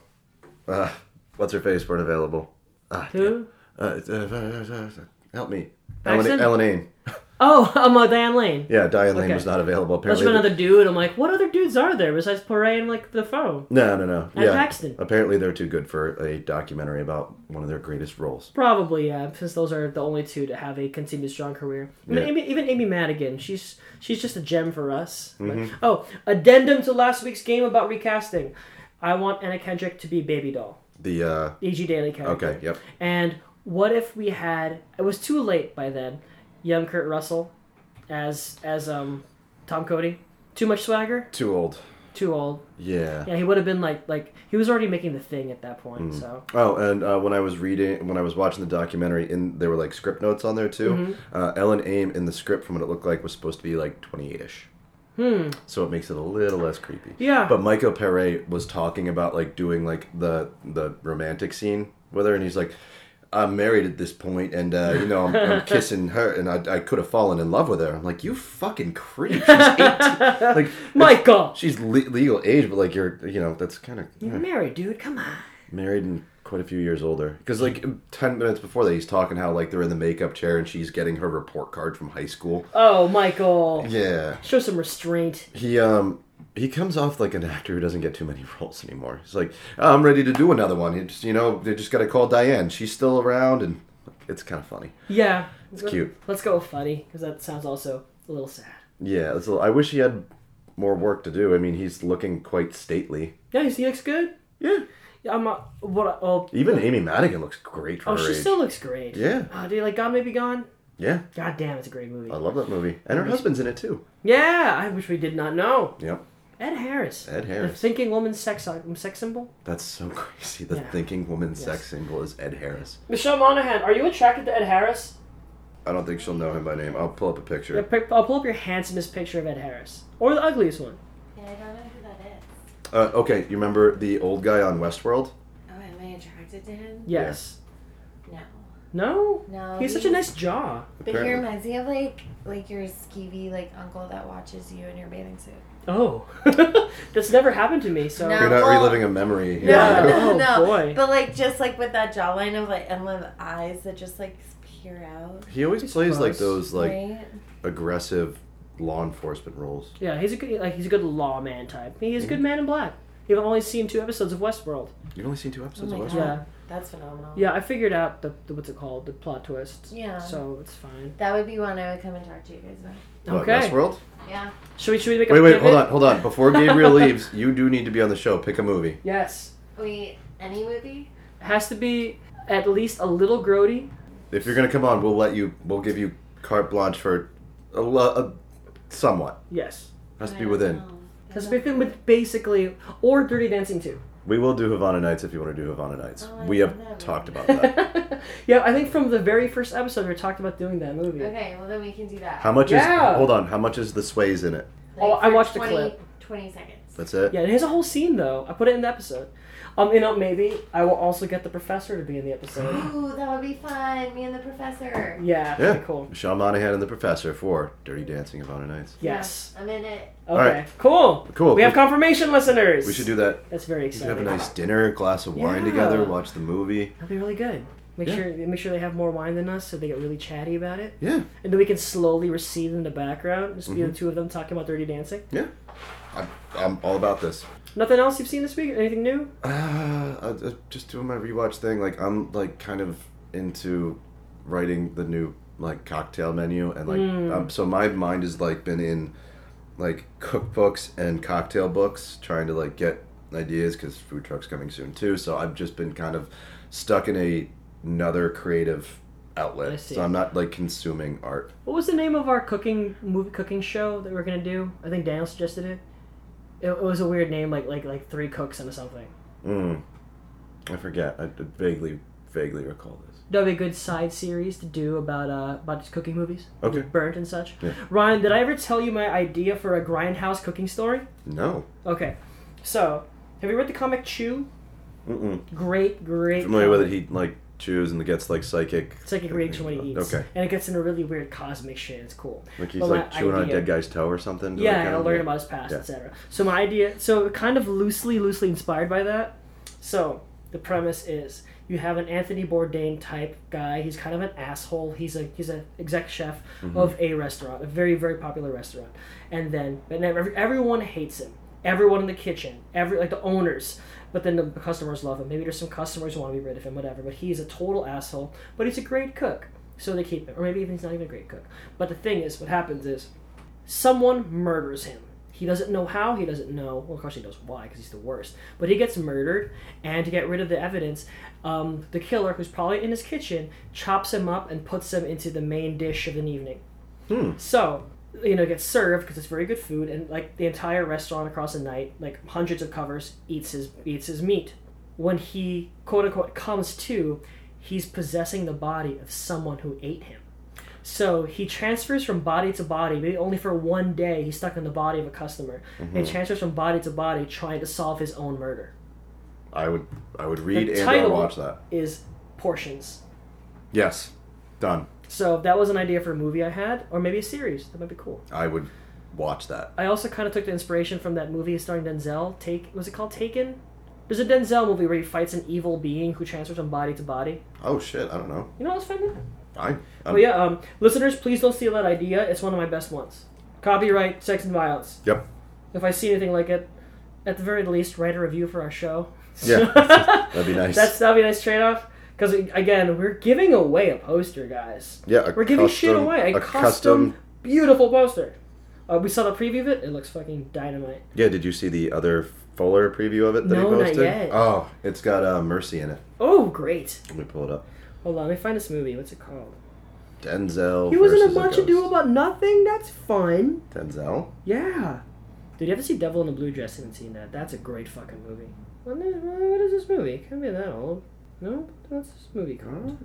A: uh, what's her face weren't available Ah,
B: Who?
A: uh, uh, uh, uh, help me ellen,
B: Paxton?
A: ellen Ain.
B: Oh, um, uh, Diane Lane.
A: Yeah, Diane Lane
B: Okay.
A: was not available
B: That's
A: apparently.
B: from another dude. I'm like, what other dudes are there besides Poray and like the phone?
A: no, no, no.
B: And
A: yeah,
B: Paxton.
A: Apparently, they're too good for a documentary about one of their greatest roles.
B: Probably, yeah, since those are the only two to have a continued strong career. I mean,
A: Yeah.
B: Amy, even Amy Madigan, she's she's just a gem for us.
A: Mm-hmm.
B: But- oh, addendum to last week's game about recasting. I want Anna Kendrick to be Baby Doll,
A: The uh,
B: E.G. Daily character.
A: okay, yep,
B: And what if we had? It was too late by then. Young Kurt Russell, as as um, Tom Cody. Too much swagger.
A: too old.
B: Too old.
A: Yeah.
B: Yeah, he would have been like like he was already making the thing at that point. So
A: Oh, and uh, when I was reading, when I was watching the documentary, in there were like script notes on there too. Uh, Ellen Aim in the script, from what it looked like, was supposed to be like twenty eight ish. Hmm. So it makes it a little less creepy.
B: Yeah.
A: But Michael Pere was talking about like doing like the the romantic scene with her, and he's like, "I'm married at this point, and uh, you know I'm, I'm kissing her, and I, I could have fallen in love with her." I'm like, "You fucking creep!" She's 18. like
B: Michael,
A: she's le- legal age, but like you're you know that's kind of
B: you're married, dude. Come on.
A: married and quite a few years older because like 10 minutes before that he's talking how like they're in the makeup chair and she's getting her report card from high school
B: Oh, Michael,
A: yeah
B: show some restraint.
A: he um he comes off like an actor who doesn't get too many roles anymore he's like "Oh, i'm ready to do another one it's you know they just gotta call diane she's still around and it's kind of funny
B: Yeah,
A: it's cute
B: Let's go with funny because that sounds also a little sad.
A: yeah it's a, i wish he had more work to do i mean he's looking quite stately
B: Yeah, he looks good.
A: yeah
B: Yeah, I'm uh, what? I- Oh,
A: even amy madigan looks great for
B: oh,
A: her
B: she
A: age
B: still looks great.
A: Yeah.
B: Oh, dude, like God may be gone.
A: yeah
B: God damn, it's a great movie.
A: i love that movie and her husband's in it too
B: Yeah, I wish we did not know.
A: yep
B: Ed Harris.
A: Ed Harris.
B: The thinking woman's sex um, sex symbol.
A: That's so crazy. The
B: Yeah.
A: thinking woman's sex symbol is Ed Harris.
B: Michelle Monaghan, are you attracted to Ed Harris?
A: I don't think she'll know him by name. I'll pull up a
B: Yeah,
A: picture.
B: pick- I'll pull up your handsomest picture of Ed Harris or the ugliest one.
G: Yeah, I don't know who that is.
A: Uh, okay, you remember the old guy on Westworld?
G: Oh, am I attracted to him?
B: Yes. No.
G: No. No.
B: He's such a nice jaw.
G: But he
A: Apparently.
G: reminds me of like like your skeevy like uncle that watches you in your bathing suit.
B: Oh, that's never happened to me. So.
G: No.
A: You're not
G: well-
A: reliving a memory. here.
B: Yeah.
G: No, no,
B: Oh,
G: no.
B: boy.
G: But like just like with that jawline of like and with eyes that just like peer out.
A: He always plays like
B: gross.
A: those like
G: right?
A: aggressive law enforcement roles.
B: Yeah, he's a good like he's a good lawman type. He is a good man in black. You've only seen two episodes of Westworld.
A: You've only seen two
G: Oh
A: episodes
G: my
A: of
G: god.
A: Westworld.
B: Yeah.
G: That's phenomenal.
B: Yeah, I figured out the, the what's it called the plot twist.
G: Yeah.
B: So it's fine.
G: That would be one I would come and talk to you guys about.
A: What,
B: okay.
A: Westworld?
G: Yeah.
B: Should we should we make a
A: Wait, wait,
B: pivot?
A: hold on, hold on. Before Gabriel leaves, you do need to be on the show. Pick a movie.
B: Yes.
G: Wait, any movie?
B: Has to be at least a little grody.
A: If you're gonna come on, we'll let you. We'll give you carte blanche for a, lo- a somewhat.
B: Yes.
A: Has to be within.
B: Has to be with basically or Dirty Dancing too.
A: We will do Havana Nights if you want to do Havana Nights.
B: Oh,
A: we have talked about that.
B: yeah, I think from the very first episode we talked about doing that movie.
G: Okay, well then we can do that.
A: How much
B: Yeah.
A: is? Hold on. How much is the sways in it?
B: Oh, I
G: for
B: watched a
G: 20
B: clip.
G: Twenty seconds.
A: That's it.
B: Yeah, and here's a whole scene though. I put it in the episode. Um, you know, maybe I will also get the professor to be in the episode.
G: Ooh, that would be fun. Me and the professor.
B: Yeah,
A: Yeah.
B: pretty cool.
A: Michelle Monaghan and the Professor for Dirty Dancing Havana Nights.
B: Yes.
G: I'm in it.
B: Okay.
A: All right.
B: Cool.
A: Cool.
B: We have confirmation, listeners.
A: We should do that.
B: That's very
A: We should have
B: exciting.
A: a nice dinner, a glass of wine
B: Yeah.
A: together, watch the movie.
B: That'd be really good. Make
A: Yeah.
B: sure make sure they have more wine than us, so they get really chatty about it,
A: Yeah,
B: and then we can slowly recede in the background. Just be
A: Mm-hmm.
B: the two of them talking about Dirty Dancing.
A: yeah. I'm, I'm all about this.
B: Nothing else you've seen this week? Anything new?
A: Uh, I, I- just doing my rewatch thing. Like I'm like kind of into writing the new like cocktail menu and like
B: Hmm.
A: um, so my mind has like been in like cookbooks and cocktail books trying to like get ideas because food trucks coming soon too. So I've just been kind of stuck in a another creative
B: I
A: outlet.
B: see.
A: So I'm not like consuming art.
B: What was the name of our cooking movie cooking show that we are gonna do? I think Daniel suggested it. It, it was a weird name, like like like three cooks and something.
A: Mm. I forget. I vaguely vaguely recall this.
B: That'd be a good side series to do about uh about just cooking movies,
A: Okay.
B: burnt and such.
A: Yeah.
B: Ryan, did I ever tell you my idea for a grindhouse cooking story?
A: No.
B: Okay, so have you read the comic Chew?
A: Mm-mm.
B: Great, great.
A: familiar with
B: comic.
A: it. He like chews and gets like psychic.
B: Psychic reaction when he eats.
A: Okay.
B: And it gets into really weird cosmic shit. It's cool.
A: Like he's
B: But my
A: like chewing on a
B: idea-
A: dead guy's toe or something. to, like,
B: Yeah,
A: kind
B: and I'll
A: of-
B: learn about his past,
A: Yeah.
B: etc. So my idea, so kind of loosely, loosely inspired by that. So the premise is you have an Anthony Bourdain type guy. He's kind of an asshole. He's a he's an exec chef
A: Mm-hmm.
B: of a restaurant, a very very popular restaurant, and then and then every, everyone hates him. Everyone in the kitchen, every like the owners, but then the customers love him. Maybe there's some customers who want to be rid of him, whatever. But he's a total asshole. But he's a great cook, so they keep him. Or maybe even he's not even a great cook. But the thing is, what happens is someone murders him. He doesn't know how, he doesn't know. Well, of course, he knows why, because he's the worst. But he gets murdered, and to get rid of the evidence, um, the killer, who's probably in his kitchen, chops him up and puts him into the main dish of an evening. So, you know, it gets served because it's very good food, and like the entire restaurant across the night, like hundreds of covers, eats his eats his meat. When he quote unquote comes to, he's possessing the body of someone who ate him. So he transfers from body to body, maybe only for one day. He's stuck in the body of a customer.
A: Mm-hmm.
B: And transfers from body to body, trying to solve his own murder.
A: I would I would read and
B: The
A: or
B: title-
A: watch that.
B: Is portions.
A: Yes, done.
B: So that was an idea for a movie I had, or maybe a series. That might be cool.
A: I would watch that.
B: I also kind of took the inspiration from that movie starring Denzel. Take was it called Taken? There's a Denzel movie where he fights an evil being who transfers from body to body.
A: Oh shit! I don't know.
B: You know what's funny?
A: I. I'm,
B: But yeah, um, listeners, please don't steal that idea. It's one of my best ones. Copyright Sex and Violence.
A: Yep.
B: If I see anything like it, at the very least, write a review for our show.
A: Yeah. That'd be nice.
B: That's that'd be a nice trade off. Because again, we're giving away a poster, guys.
A: yeah. a
B: We're giving shit
A: custom-
B: away. A,
A: a
B: custom,
A: custom.
B: beautiful poster. Uh, we saw the preview of it. It looks fucking dynamite.
A: Yeah. Did you see the other Fuller preview of it that he
B: No, not
A: posted?
B: yet.
A: Oh, it's got uh, Mercy in it.
B: Oh, great.
A: Let me pull it up.
B: Hold on, let me find this movie. What's it called?
A: Denzel.
B: He was in a
A: versus
B: bunch of do
A: ghost.
B: about nothing. That's fun.
A: Denzel.
B: Yeah. Dude, you ever see Devil in a Blue Dress? Haven't seen that. That's a great fucking movie. What is, what is this movie? It can't be that old. No, what's this movie called?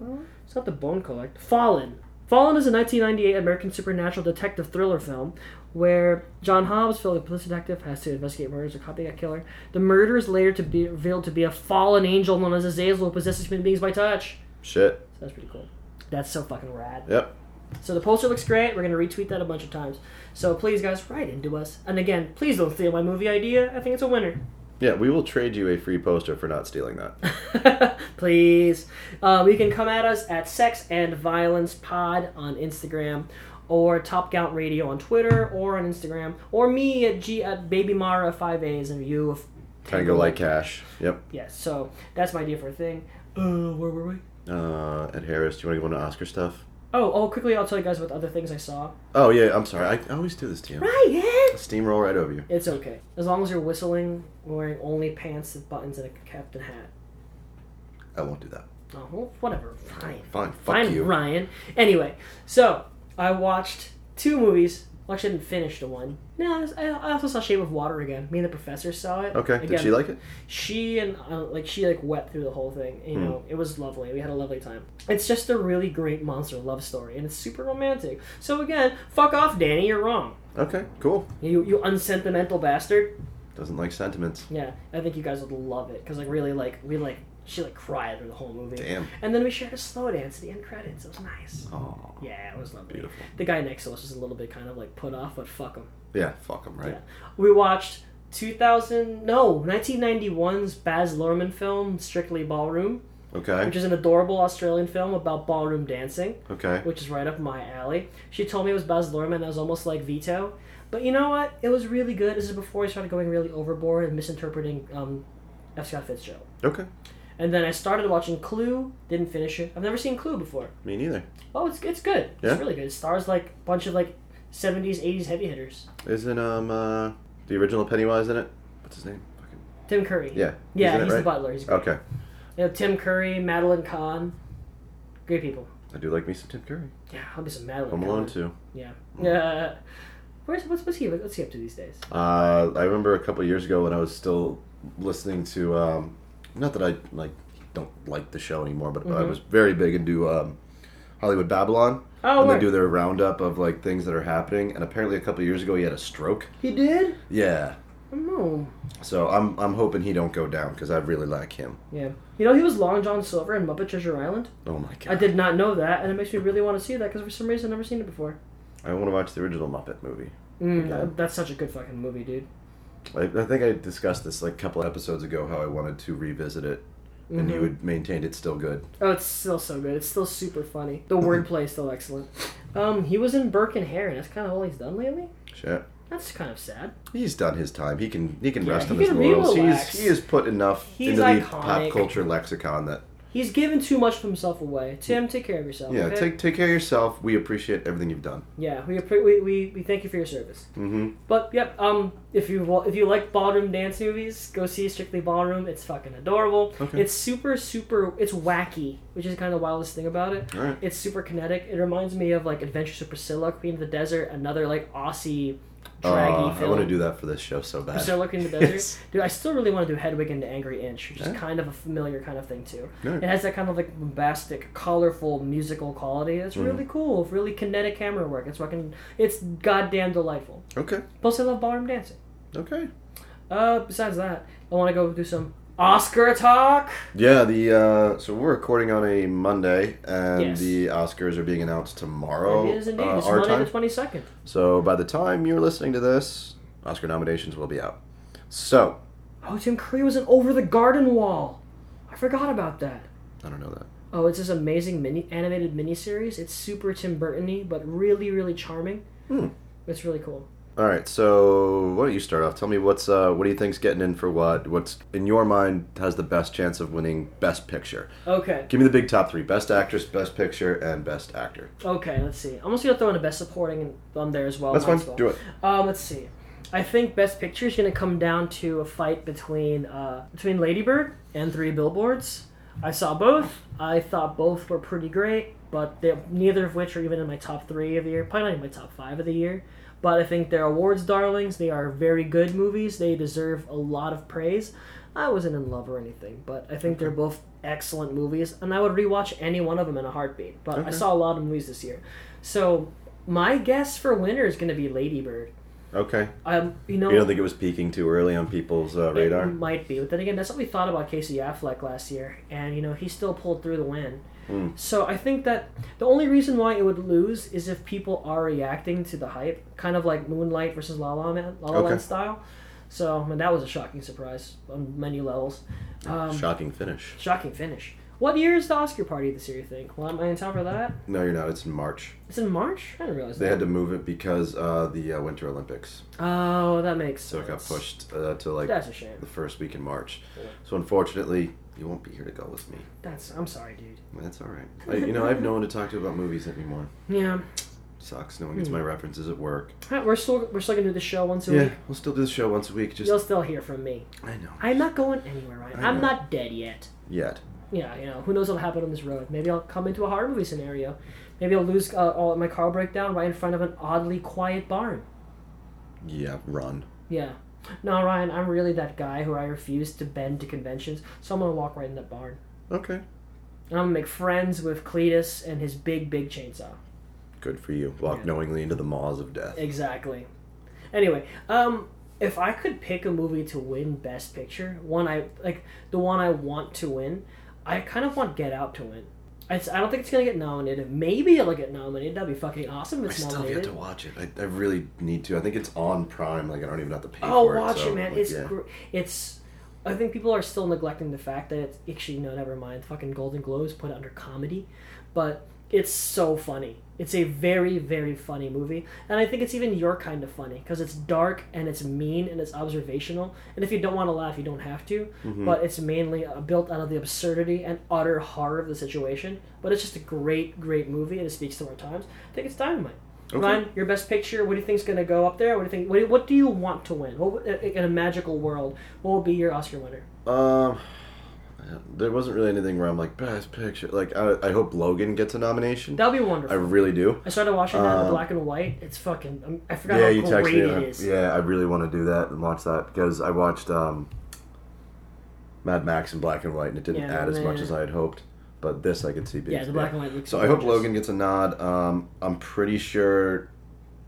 B: It's not The Bone Collect. Fallen. Fallen is a 1998 American supernatural detective thriller film where John Hobbs, Philip police detective, has to investigate murders of a copycat killer. The murder is later to be revealed to be a fallen angel known as Azazel who possesses human beings by touch.
A: Shit.
B: So that's pretty cool. That's so fucking rad.
A: Yep.
B: So the poster looks great. We're gonna retweet that a bunch of times. So please, guys, write into us. And again, please don't steal my movie idea. I think it's a winner.
A: Yeah. We will trade you a free poster for not stealing that.
B: please, um, you can come at us at Sex and Violence Pod on Instagram, or Top Count Radio on Twitter, or on Instagram, or me at G at Baby Mara Five A's and you of
A: Tango like cash. Yep.
B: Yes. So that's my idea for a thing. Uh, where were we?
A: Uh, Ed Harris, do you want to go into Oscar stuff?
B: Oh, oh, quickly, I'll tell you guys about other things I saw.
A: Oh yeah, I'm sorry. I, I always do this to you.
B: Right,
A: Steamroll right over you.
B: It's okay. As long as you're whistling, wearing only pants with buttons and a capped and hat.
A: I won't do that.
B: Oh, well, whatever. Fine.
A: Fine. Fuck
B: Fine,
A: you.
B: Ryan. Anyway, so I watched two movies. Well, actually, I didn't finish the one. No, I I also saw Shape of Water again. Me and the professor saw it.
A: Okay. Did
B: Again,
A: she like it?
B: She and uh, like she like wept through the whole thing. You
A: Hmm.
B: know, it was lovely. We had a lovely time. It's just a really great monster love story, and it's super romantic. So again, fuck off, Danny. You're wrong.
A: Okay. Cool.
B: You you unsentimental bastard.
A: Doesn't like sentiments.
B: Yeah, I think you guys would love it because like really like we like she like cried through the whole movie.
A: Damn.
B: And then we shared a slow dance at the end credits. It was nice.
A: Oh.
B: Yeah, it was lovely.
A: Beautiful.
B: The guy next to us was a little bit kind of like put off, but fuck him.
A: Yeah. Fuck them. Right.
B: We watched 2000 no 1991's Baz Luhrmann film Strictly Ballroom,
A: Okay.
B: which is an adorable Australian film about ballroom dancing,
A: Okay.
B: which is right up my alley. She told me it was Baz Luhrmann. I was almost like Vito, but you know what? It was really good. This is before I started going really overboard and misinterpreting um, F. Scott Fitzgerald.
A: Okay.
B: And then I started watching Clue. Didn't finish it. I've never seen Clue before.
A: Me neither.
B: Oh, it's it's good.
A: Yeah?
B: It's really good. It stars like a bunch of like seventies, eighties heavy hitters.
A: Isn't um uh, the original Pennywise in it? What's his name? Fucking...
B: Tim Curry.
A: Yeah.
B: Yeah,
A: in it,
B: he's the
A: right?
B: butler. He's great.
A: Okay.
B: You know, Tim Curry, Madeline Kahn. Great people.
A: I do like me some Tim Curry.
B: Yeah, I'll be some Madeline
A: Home
B: Kahn.
A: Alone too.
B: Yeah. Yeah. Where's what's what's he what's he up to these days?
A: Uh, I remember a couple years ago when I was still listening to, um, not that I like don't like the show anymore, but I
B: Mhm.
A: was very big into um, Hollywood Babylon.
B: Oh,
A: and they
B: word.
A: do their roundup of like things that are happening. And apparently, a couple years ago, he had a stroke.
B: He did?
A: Yeah.
B: No.
A: So I'm I'm hoping he don't go down because I really like him.
B: Yeah. You know he was Long John Silver in Muppet Treasure Island.
A: Oh my
B: I
A: god.
B: did not know that, and it makes me really want to see that because for some reason I've never seen it before.
A: I want to watch the original Muppet movie.
B: Mm,
A: Yeah.
B: that- That's such a good fucking movie, dude.
A: I, I think I discussed this like a couple episodes ago how I wanted to revisit it, and you
B: Mhm.
A: would maintain it's still good.
B: Oh, it's still so good. It's still super funny. The wordplay is still excellent. Um, he was in Burke and Hare, and that's kind of all he's done lately.
A: Shit.
B: That's kind of sad.
A: He's done his time. He can he can
B: Yeah,
A: rest
B: he
A: on his
B: can
A: laurels.
B: relax.
A: He's he has put enough
B: He's
A: into the
B: iconic.
A: pop culture lexicon that
B: He's given too much of himself away. Tim, take care of yourself.
A: yeah.
B: okay?
A: Take take care of yourself. We appreciate everything you've done.
B: yeah. We, appre- we, we we thank you for your service.
A: Mm-hmm.
B: But yep. Um, if you wa- if you like ballroom dance movies, go see Strictly Ballroom. It's fucking adorable.
A: Okay.
B: It's super super. It's wacky, which is kind of the wildest thing about it.
A: All right.
B: It's super kinetic. It reminds me of like Adventures of Priscilla, Queen of the Desert, another like Aussie draggy
A: Uh, I
B: film.
A: want to do that for this show so bad.
B: Priscilla Queen of the Desert. Dude, I still really want to do Hedwig and the Angry Inch, which is
A: Yeah.
B: kind of a familiar kind of thing too.
A: Yeah.
B: It has that kind of like bombastic, colorful musical quality. It's
A: Mhm.
B: really cool. Really kinetic camera work. It's fucking. It's goddamn delightful.
A: Okay.
B: Plus, I love ballroom dancing.
A: Okay.
B: Uh, besides that, I want to go do some Oscar talk.
A: Yeah. The uh, so we're recording on a Monday, and
B: Yes.
A: the Oscars are being announced tomorrow.
B: it is indeed.
A: uh,
B: it's
A: our
B: Monday
A: time.
B: the twenty second.
A: So by the time you're listening to this, Oscar nominations will be out. So
B: Oh, Tim Curry was in Over the Garden Wall. I forgot about that.
A: I don't know that.
B: Oh, it's this amazing mini animated miniseries. It's super Tim Burton-y, but really, really charming.
A: Hmm.
B: It's really cool.
A: All right, so why don't you start off? Tell me what's uh, what do you think's getting in for what? What's in your mind has the best chance of winning Best Picture?
B: Okay.
A: Give me the big top three: Best Actress, Best Picture, and Best Actor.
B: Okay, let's see. I'm also gonna throw in a best supporting on there as well.
A: That's
B: might
A: fine.
B: as well.
A: Do it.
B: Um, let's see. I think best picture is gonna come down to a fight between uh, between Ladybird and Three Billboards. I saw both. I thought both were pretty great, but they, neither of which are even in my top three of the year. Probably not even my top five of the year. But I think they're awards darlings. They are very good movies. They deserve a lot of praise. I wasn't in love or anything, but I think they're both excellent movies, and I would rewatch any one of them in a heartbeat. But I
A: Okay.
B: saw a lot of movies this year, so my guess for winner is going to be Ladybird.
A: Okay.
B: Um, you know,
A: You don't think it was peaking too early on people's uh,
B: it
A: radar?
B: might be, but then again, that's what we thought about Casey Affleck last year, and you know he still pulled through the win.
A: Mm.
B: So I think that the only reason why it would lose is if people are reacting to the hype, kind of like Moonlight versus La La, Man, La La
A: Okay.
B: Land style. So I mean, that was a shocking surprise on many levels. Um,
A: Shocking finish.
B: Shocking finish. What year is the Oscar party this year? You think? Well, am I in time for that?
A: No, you're not. It's in March.
B: It's in March. I didn't realize
A: They
B: that.
A: had to move it because uh, the uh, Winter Olympics.
B: Oh, that makes
A: So
B: sense.
A: it got pushed uh, to like
B: That's a shame.
A: the first week in March.
B: Yeah.
A: So unfortunately, you won't be here to go with me.
B: That's. I'm sorry, dude.
A: That's all right. I, you know, I have no one to talk to about movies anymore.
B: Yeah,
A: Sucks. No one gets
B: Hmm.
A: my references at work.
B: Huh, we're still we're still gonna do the show once a
A: yeah,
B: week.
A: we'll still do the show once a week. Just
B: You'll still hear from me.
A: I know
B: I'm not going anywhere, Ryan.
A: I
B: I'm
A: know.
B: not dead yet.
A: yet.
B: Yeah, you know, who knows what'll happen on this road? Maybe I'll come into a horror movie scenario. Maybe I'll lose uh, all my car will break down right in front of an oddly quiet barn.
A: Yeah, run.
B: Yeah. No, Ryan, I'm really that guy who I refuse to bend to conventions, so I'm gonna walk right in that barn.
A: Okay.
B: And I'm gonna make friends with Cletus and his big, big chainsaw.
A: Good for you. Walk knowingly into the maws of death.
B: Exactly. Anyway, um, if I could pick a movie to win Best Picture, one I like, the one I want to win, I kind of want Get Out to win. It's, I don't think it's gonna get nominated. Maybe it'll get nominated. That'd be fucking awesome
A: I
B: if it's
A: still have
B: nominated.
A: yet to watch it. I, I really need to. I think it's on Prime. Like I don't even have to pay
B: oh,
A: for it.
B: watch
A: so,
B: it, man!
A: like,
B: it's
A: yeah.
B: gr- it's. I think people are still neglecting the fact that it's actually no, never mind. Fucking Golden Globes put it under comedy, but it's so funny. It's a very very funny movie, and I think it's even your kind of funny because it's dark and it's mean and it's observational. And if you don't want to laugh, you don't have to.
A: Mhm.
B: But it's mainly uh, built out of the absurdity and utter horror of the situation. But it's just a great great movie, and it speaks to our times. I think it's dynamite.
A: Okay.
B: Ryan, your best picture. What do you think's going to go up there? What do you think? What do you, what do you want to win? What, would- in a magical world, what will be your Oscar winner?
A: Um, there wasn't really anything where I'm like best picture. Like I, I hope Logan gets a nomination.
B: That'll be wonderful.
A: I really do.
B: I started watching that in
A: Um,
B: the black and white. It's fucking. I'm, I forgot
A: Yeah, you
B: how
A: texted me.
B: great
A: and
B: it
A: I-
B: is.
A: Yeah, I really want to do that and watch that because I watched um, Mad Max in black and white, and it didn't
B: Yeah,
A: add as much
B: yeah.
A: as I had hoped. But this I could see being.
B: Yeah, the black and white looks
A: So I hope
B: gorgeous.
A: Logan gets a nod. Um, I'm pretty sure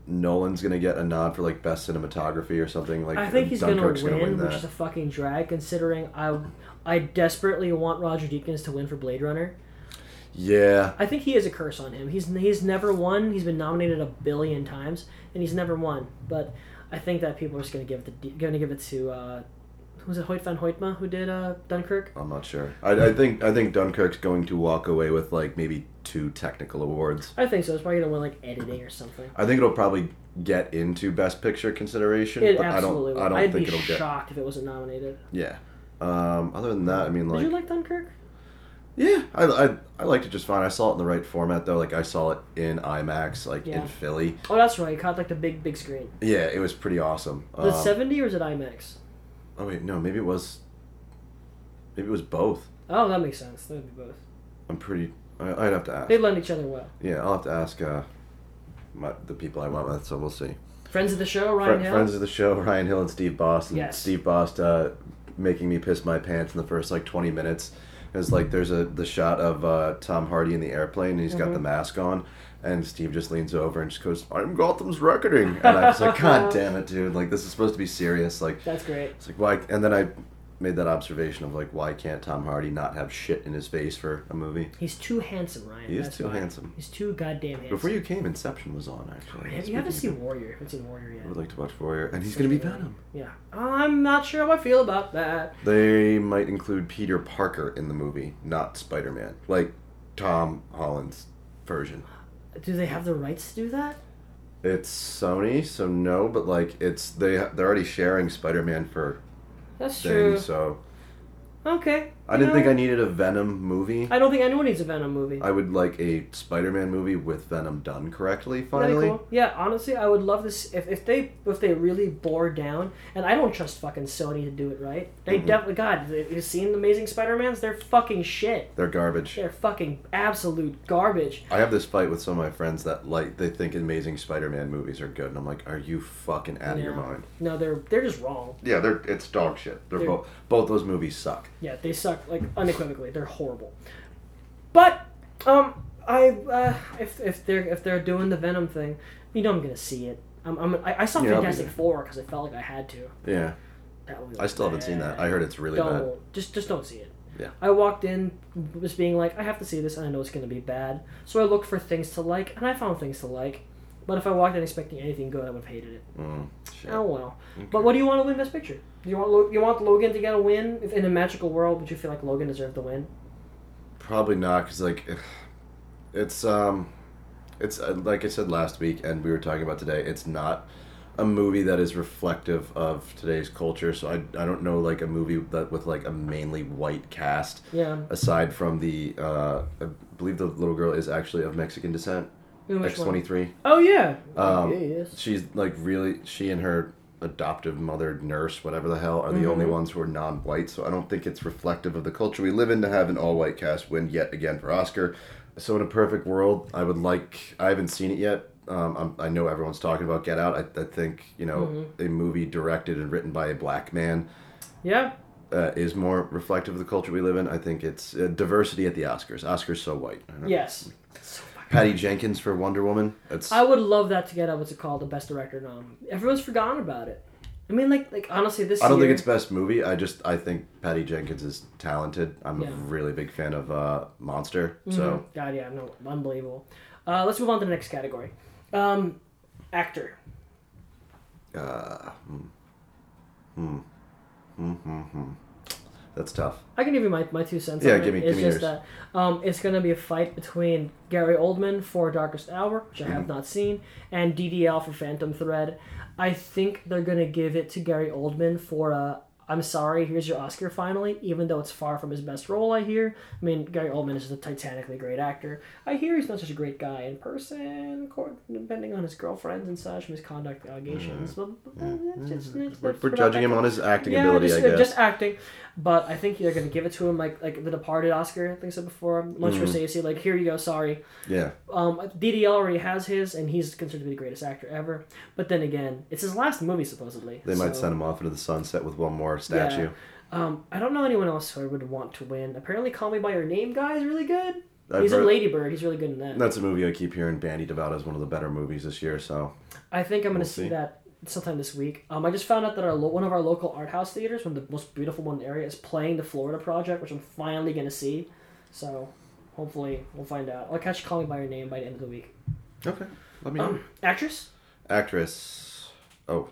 A: Nolan's gonna get a nod for like best cinematography or something. Like
B: I think he's going to
A: Dunkirk's
B: win,
A: gonna win
B: which is
A: that.
B: a fucking drag considering I I desperately want Roger Deakins to win for Blade Runner.
A: yeah,
B: I think he is a curse on him. He's he's never won. He's been nominated a billion times and he's never won. But I think that people are just going to give it the, going to give it to uh, who was it Hoyt van Hoytma who did uh, Dunkirk?
A: I'm not sure. I, I think I think Dunkirk's going to walk away with like maybe two technical awards.
B: I think so. It's probably gonna win like editing or something.
A: I think it'll probably get into best picture consideration,
B: It
A: but I
B: absolutely.
A: don't.
B: will.
A: I don't
B: I'd
A: think
B: be
A: it'll
B: shocked if it wasn't nominated.
A: get. Yeah. Um, other than that, I mean, like,
B: Did you like Dunkirk?
A: yeah, I, I I liked it just fine. I saw it in the right format though. Like I saw it in IMAX, like
B: Yeah.
A: in Philly.
B: Oh, that's right. It caught like the big big screen.
A: Yeah, it was pretty awesome.
B: Was it
A: Um,
B: seventy or is it IMAX?
A: Oh wait, no, maybe it was. Maybe it was both.
B: Oh, that makes sense. That would be both.
A: I'm pretty. I, I'd have to ask.
B: They lend each other well.
A: Yeah, I'll have to ask uh, my, the people I went with. So we'll see.
B: Friends of the show, Ryan
A: Fri-
B: Hill.
A: Friends of the show, Ryan Hill and Steve Boss. And
B: Yes.
A: Steve Boss uh, making me piss my pants in the first like 20 minutes. Is like there's a the shot of uh, Tom Hardy in the airplane and he's got
B: Mhm.
A: the mask on, and Steve just leans over and just goes, "I'm Gotham's reckoning," and I was like, "God damn it, dude! Like this is supposed to be serious. Like
B: That's great.
A: it's like why?" And then I made that observation of like, why can't Tom Hardy not have shit in his face for a movie?
B: He's too handsome, Ryan.
A: He is
B: That's
A: too
B: why.
A: handsome.
B: He's too goddamn handsome.
A: Before you came, Inception was on actually.
B: Man, you haven't
A: Speaking
B: seen Warrior. You haven't seen Warrior
A: of-
B: yet.
A: I would like to watch Warrior, and he's gonna be Venom.
B: Yeah. I'm not sure how I feel about that.
A: They might include Peter Parker in the movie, not Spider Man, like Tom Holland's version.
B: Do they have the rights to do that?
A: It's Sony, so no, but like it's they they're already sharing Spider Man for
B: That's true.
A: things. So
B: Okay.
A: I didn't think
B: No.
A: I needed a Venom movie.
B: I don't think anyone needs a Venom movie.
A: I would like a Spider Man movie with Venom done correctly.
B: That'd be
A: Finally,
B: cool. Yeah, honestly, I would love this if, if they if they really bore down. And I don't trust fucking Sony to do it right. They
A: Mhm.
B: definitely God, have you seen the Amazing Spider-Mans? They're fucking shit.
A: they're garbage.
B: They're fucking absolute garbage.
A: I have this fight with some of my friends that like they think Amazing Spider Man movies are good, and I'm like, are you fucking out of your
B: No.
A: mind?
B: No, they're they're just wrong.
A: Yeah, they're it's dog shit. They're,
B: They're-
A: both both those movies suck.
B: Yeah, they suck like unequivocally. They're horrible. But um, I uh, if if they're if they're doing the Venom thing, you know I'm gonna see it. I'm, I'm I, I saw
A: Yeah, I'll be
B: Fantastic
A: there.
B: Four because I felt like I had to.
A: Yeah.
B: That movie
A: I
B: was
A: still haven't seen that. I heard it's really
B: don't
A: bad.
B: just just don't see it.
A: Yeah.
B: I walked in just being like, I have to see this, and I know it's gonna be bad. So I looked for things to like, and I found things to like. But if I walked in expecting anything good, I would have hated it.
A: Mm, shit.
B: Oh well. But what do you want to win Best Picture? Do you want Lo- you want Logan to get a win if in a magical world? Would you feel like Logan deserved the win?
A: Probably not, because like, it's um, it's uh, like I said last week, and we were talking about today. It's not a movie that is reflective of today's culture. So I, I don't know like a movie that with like a mainly white cast.
B: Yeah.
A: Aside from the, uh, I believe the little girl is actually of Mexican descent.
B: Ooh, which
A: X twenty three.
B: Oh yeah.
A: Um,
B: yeah, yes.
A: She's like really she and her adoptive mother, nurse, whatever the hell, are the only
B: Mhm.
A: ones who are non-white. So I don't think it's reflective of the culture we live in to have an all-white cast win yet again for Oscar. So in a perfect world, I would like. I haven't seen it yet. Um, I'm, I know everyone's talking about Get Out. I, I think you know
B: Mm-hmm.
A: a movie directed and written by a black man
B: Yeah.
A: uh, is more reflective of the culture we live in. I think it's uh, diversity at the Oscars. Oscars so white. I don't-
B: Yes.
A: Patty Jenkins for Wonder Woman. That's
B: I would love that to get a what's it called, the best director nom. Everyone's forgotten about it. I mean, like, like honestly, this.
A: I don't
B: year,
A: think it's best movie. I just I think Patty Jenkins is talented. I'm
B: Yeah.
A: a really big fan of uh, Monster.
B: Mhm.
A: So
B: God, yeah, no, unbelievable. Uh, let's move on to the next category. Um, actor.
A: uh, hmm. Hmm. Hmm, hmm, hmm. that's tough.
B: I can give you my, my two cents.
A: Yeah,
B: on
A: give
B: it.
A: me- give
B: It's
A: me
B: just
A: yours.
B: that um, it's gonna be a fight between Gary Oldman for Darkest Hour, which I
A: Mm-hmm.
B: have not seen, and DDL for Phantom Thread. I think they're gonna give it to Gary Oldman for uh, I'm sorry, here's your Oscar finally, even though it's far from his best role. I hear. I mean, Gary Oldman is a titanically great actor. I hear he's not such a great guy in person, according- depending on his girlfriends and such, from his conduct allegations. But, but that's just- that's-
A: Mm-hmm. We're,
B: that's
A: we're
B: about
A: judging
B: that.
A: him on his acting
B: Yeah,
A: ability,
B: just, uh,
A: I guess.
B: just acting. But I think they're going to give it to him like like the Departed Oscar. I think I said before. Much
A: Mhm.
B: Scorsese, like here you go, sorry.
A: yeah.
B: Um, DDL already has his, and he's considered to be the greatest actor ever. But then again, it's his last movie supposedly.
A: They might
B: so-
A: send him off into the sunset with one more statue.
B: Um, I don't know anyone else who I would want to win. Apparently, Call Me by Your Name guy is really good.
A: I've
B: he's in
A: heard-
B: Ladybird. He's really good in that.
A: That's a movie I keep hearing bandied about as one of the better movies this year. So
B: I think I'm gonna
A: We'll
B: see.
A: see.
B: that sometime this week. Um, I just found out that our lo- one of our local art house theaters, one of the most beautiful one in the area, is playing the Florida Project, which I'm finally gonna see. So hopefully we'll find out. I'll catch Call Me by Your Name by the end of the week.
A: okay, let me know.
B: Um, actress.
A: Actress. Oh,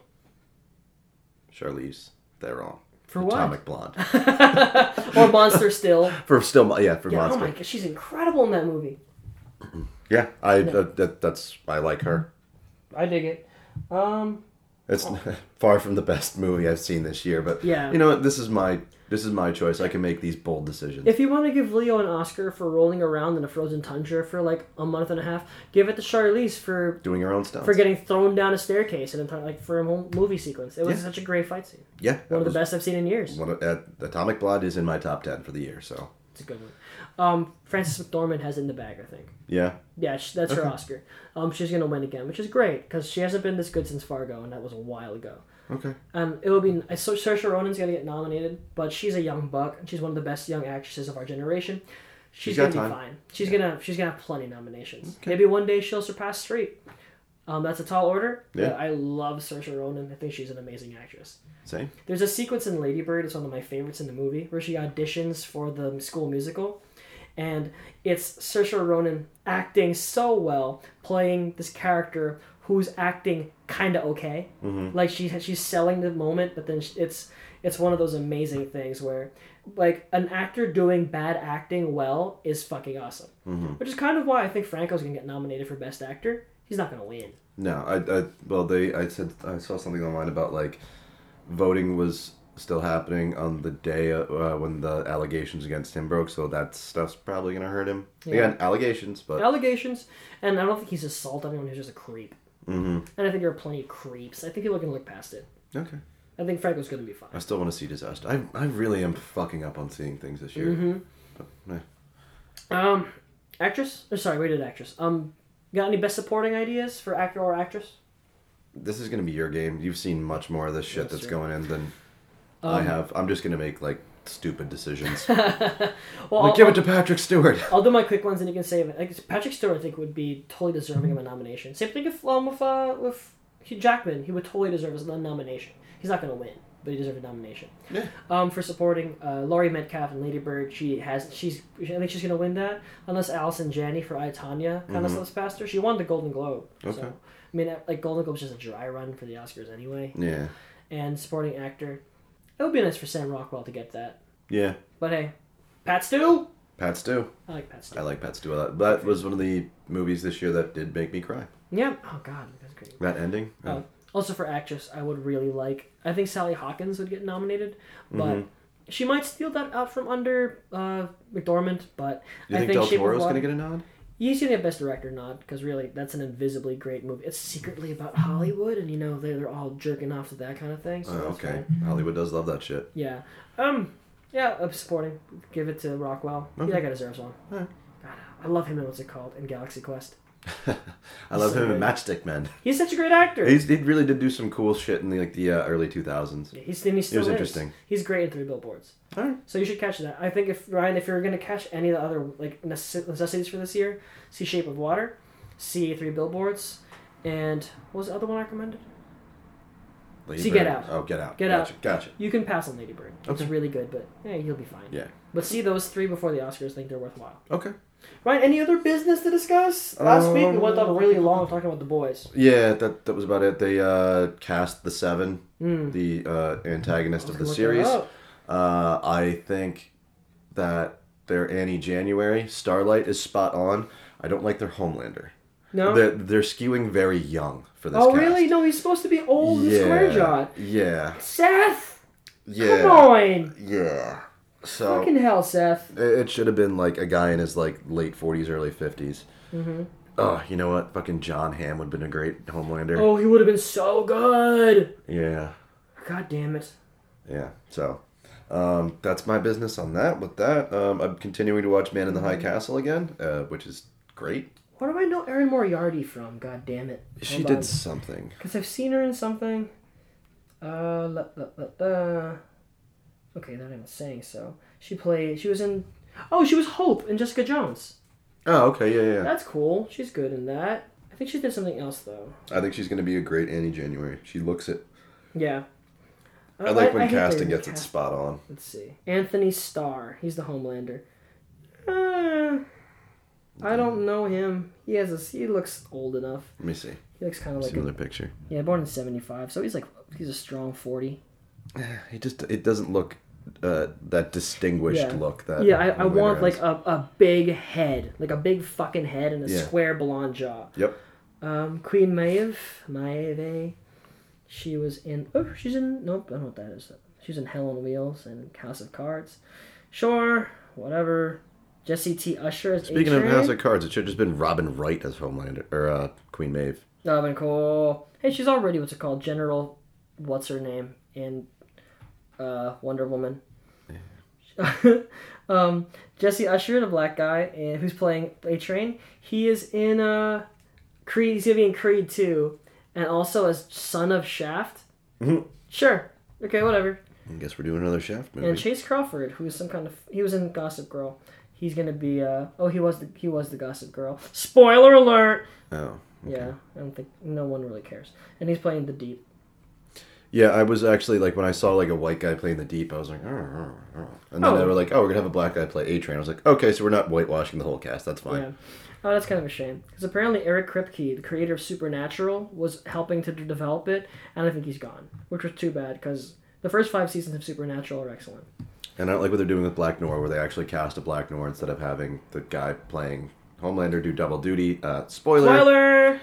A: Charlize Theron.
B: For what?
A: Atomic Blonde.
B: or Monster Still.
A: For still, Mo- yeah, for
B: Yeah, oh
A: Monster.
B: my god, she's incredible in that movie.
A: Yeah, I
B: Yeah.
A: That, that that's I like her.
B: I dig it. Um,
A: It's far from the best movie I've seen this year, but
B: Yeah.
A: you know what? This is my this is my choice. I can make these bold decisions.
B: if you want to give Leo an Oscar for rolling around in a frozen tundra for like a month and a half, give it to Charlize for
A: Doing her own stuff.
B: for getting thrown down a staircase and like for a whole movie sequence. It was
A: Yeah.
B: such a great fight scene.
A: yeah, that
B: One of
A: was
B: the best I've seen in years.
A: One of, uh, Atomic Blonde is in my top ten for the year. So
B: It's a good one. Um, Frances McDormand has it in the bag, I think.
A: yeah,
B: Yeah, she, that's her
A: Okay.
B: Oscar. Um, she's gonna win again, which is great because she hasn't been this good since Fargo, and that was a while ago.
A: okay.
B: Um, it will be I so Saoirse Ronan's gonna get nominated, but she's a young buck, and she's one of the best young actresses of our generation. She's,
A: She's
B: gonna
A: got
B: be
A: time.
B: fine. She's gonna she's gonna have plenty of nominations. Maybe one day she'll surpass Streep. Um, that's a tall order.
A: Yeah.
B: but I love Saoirse Ronan. I think she's an amazing actress.
A: Same.
B: There's a sequence in Lady Bird, it's one of my favorites in the movie, where she auditions for the school musical. And it's Saoirse Ronan acting so well, playing this character who's acting kind of okay.
A: Mhm.
B: Like she she's selling the moment, but then sh- it's it's one of those amazing things where like an actor doing bad acting well is fucking awesome.
A: Mhm.
B: Which is kind of why I think Franco's gonna get nominated for best actor. He's not gonna win.
A: No, I, I well they I said I saw something online about like voting was still happening on the day uh, when the allegations against him broke. So that stuff's probably gonna hurt him.
B: Yeah.
A: Again, allegations, but
B: Allegations, and I don't think he's assault anyone. He's just a creep.
A: hmm
B: And I think there are plenty of creeps. I think people can look past it.
A: okay.
B: I think Franco's gonna be fine.
A: I still want to see Disaster. I, I really am fucking up on seeing things this year.
B: Mm-hmm.
A: But, eh.
B: Um, actress. Or sorry, we did actress. Um, got any best supporting ideas for actor or actress?
A: This is gonna be your game. You've seen much more of this shit
B: That's
A: that's,
B: true.
A: going in than I
B: Um,
A: have. I'm just gonna make like stupid decisions.
B: Well,
A: like
B: I'll,
A: give it to Patrick Stewart.
B: I'll do my quick ones, and you can save it. Like, Patrick Stewart, I think, would be totally deserving of a nomination. Same thing if um, with uh, with Hugh Jackman, he would totally deserve a nomination. He's not gonna win, but he deserves a nomination.
A: Yeah.
B: Um, for supporting uh, Laurie Metcalf and Lady Bird, she has she's I think she's gonna win that unless Allison Janney for I Tanya kind of
A: Mhm.
B: slips past her. She won the Golden Globe.
A: Okay.
B: So, I mean, like Golden Globe's just a dry run for the Oscars anyway.
A: Yeah.
B: And supporting actor, it would be nice for Sam Rockwell to get that.
A: Yeah.
B: But hey, Pat Steele,
A: Pat Stew.
B: I like Pat Stew.
A: I like Pat Stew a lot. That was one of the movies this year that did make me cry.
B: Yeah. Oh God, that's great.
A: That ending. yeah.
B: Um, also for actress, I would really like. I think Sally Hawkins would get nominated, but
A: Mhm.
B: she might steal that out from under uh, McDormand. But
A: you
B: I
A: think,
B: think
A: Del
B: Shape of
A: Toro's
B: Water-
A: gonna get a nod?
B: He's gonna get best director nod because really, that's an invisibly great movie. It's secretly about Hollywood, and you know they're, they're all jerking off to that kind of thing. So
A: Oh,
B: that's
A: okay.
B: fine.
A: Hollywood does love that shit.
B: Yeah. Um. Yeah. I'm supporting. Give it to Rockwell.
A: Okay.
B: Yeah, I got deserves one.
A: Alright.
B: God, I love him in what's it called in Galaxy Quest.
A: I love
B: So
A: him in
B: good.
A: Matchstick Men.
B: He's such a great actor.
A: He's, he really did do some cool shit in the, like the uh, early 2000s.
B: He's, and he still
A: it was
B: is.
A: interesting.
B: He's great in Three Billboards.
A: All right.
B: So you should catch that. I think if Ryan, if you're gonna catch any of the other like necess- necessities for this year, see Shape of Water, see Three Billboards, and what was the other one I recommended?
A: Lady
B: See,
A: Bird.
B: Get Out.
A: Oh, Get Out.
B: Get
A: gotcha.
B: Out.
A: Gotcha.
B: You can pass on Lady Bird. It's
A: Okay.
B: really good, but yeah, you'll be fine.
A: Yeah.
B: But see those three before the Oscars. Think they're worthwhile.
A: Okay.
B: Ryan, any other business to discuss? Last week we went
A: Um,
B: on really long talking about the boys.
A: Yeah, that that was about it. They uh, cast the Seven,
B: Mm.
A: the uh, antagonist of the
B: gonna look that
A: series.
B: up.
A: Uh, I think that their Annie January Starlight is spot on. I don't like their Homelander.
B: No.
A: they're, they're skewing very young for this.
B: oh
A: cast.
B: really? No, he's supposed to be old and
A: Yeah,
B: square jawed.
A: Yeah,
B: Seth,
A: yeah, Oh.
B: come on!
A: yeah. So
B: Fucking hell, Seth.
A: it, it should have been like a guy in his like late forties, early fifties.
B: hmm
A: Oh, you know what? Fucking John Hamm would have been a great Homelander.
B: Oh, he would have been so good.
A: Yeah,
B: God damn it.
A: yeah. So um, that's my business on that. With that, um, I'm continuing to watch Man in the High
B: Mm-hmm.
A: Castle again, uh, which is great.
B: Where do I know Erin Moriarty from? God damn it.
A: She did something.
B: Because I've seen her in something. Uh, la, la, la, la. Okay, not even saying so. She played. She was in. Oh, she was Hope in Jessica Jones.
A: Oh, okay, yeah, yeah.
B: That's cool. She's good in that. I think she did something else though.
A: I think she's gonna be a great Annie January. She looks it.
B: Yeah. Uh,
A: I like when
B: Oh, hate they
A: casting gets it
B: recast-
A: spot on.
B: Let's see. Anthony Starr. He's the Homelander. Uh, I don't know him. He has a. He looks old enough.
A: Let me see.
B: He looks kind of like
A: see
B: a
A: another picture.
B: Yeah, born in '75, so he's like he's a strong forty.
A: It just it doesn't look uh, that distinguished
B: Yeah.
A: look. That
B: yeah, I, I
A: Uh, Homelander
B: want like
A: has.
B: a, a big head, like a big fucking head and a
A: Yeah.
B: square blonde jaw.
A: Yep.
B: Um, Queen Maeve, Maeve, she was in. Oh, she's in. Nope, I don't know what that is. She's in Hell on Wheels and House of Cards. Sure, whatever. Jesse T. Usher as
A: Speaking of
B: A-Train.
A: House of Cards, it should have just been Robin Wright as Homelander or uh, Queen Maeve.
B: That'd been cool. Hey, she's already what's it called? General, what's her name in uh, Wonder Woman? um, Jesse Usher, the black guy, and who's playing A Train. He is in uh, Creed. He's gonna be in Creed two, and also as son of Shaft.
A: Mhm.
B: Sure. Okay, whatever.
A: I guess we're doing another Shaft movie.
B: And Chase Crawford, who is some kind of he was in Gossip Girl. He's gonna be uh oh he was the he was the Gossip Girl. Spoiler alert.
A: oh.
B: Yeah, I don't think no one really cares. And he's playing the deep.
A: Yeah, I was actually like when I saw like a white guy playing the deep, I was like, oh, and then they
B: Oh.
A: were like, oh, we're gonna have a black guy play A Train. I was like, okay, so we're not whitewashing the whole cast. That's fine.
B: Yeah. Oh, that's kind of a shame because apparently Eric Kripke, the creator of Supernatural, was helping to d- develop it, and I think he's gone, which was too bad because the first five seasons of Supernatural are excellent.
A: And I don't like what they're doing with Black Noir, where they actually cast a Black Noir instead of having the guy playing Homelander do double duty. Uh, spoiler.
B: Spoiler.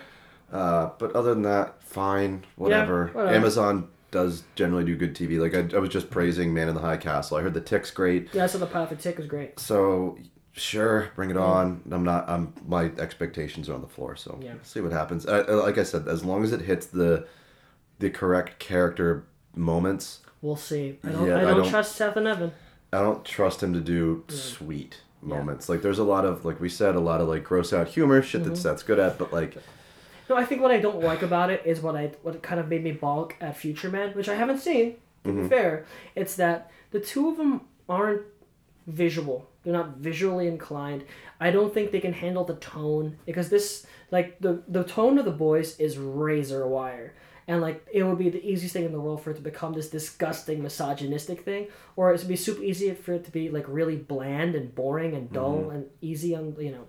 A: Uh, but other than that, fine, whatever.
B: whatever.
A: Amazon does generally do good TV. Like I, I was just praising Man in the High Castle. I heard the tick's great,
B: Yeah, so the pilot for Tick was great.
A: so sure, bring it on. I'm not. I'm my expectations are on the floor, so
B: Yeah.
A: see what happens. I, I- like I said, as long as it hits the the correct character moments,
B: We'll see. I don't,
A: Yeah,
B: I
A: I
B: don't
A: don't-
B: trust Seth and Evan.
A: I don't trust him to do
B: Mm.
A: sweet moments. Like there's a lot of like we said, a lot of like gross out humor shit
B: Mm-hmm.
A: that Seth's good at, but like
B: No, I think what I don't like about it is what I what kind of made me balk at Future Man, which I haven't seen. To be fair, it's that the two of them aren't visual. They're not visually inclined. I don't think they can handle the tone because this like the the tone of the boys is razor wire. And like it would be the easiest thing in the world for it to become this disgusting misogynistic thing, or it would be super easy for it to be like really bland and boring and dull and easy on you know.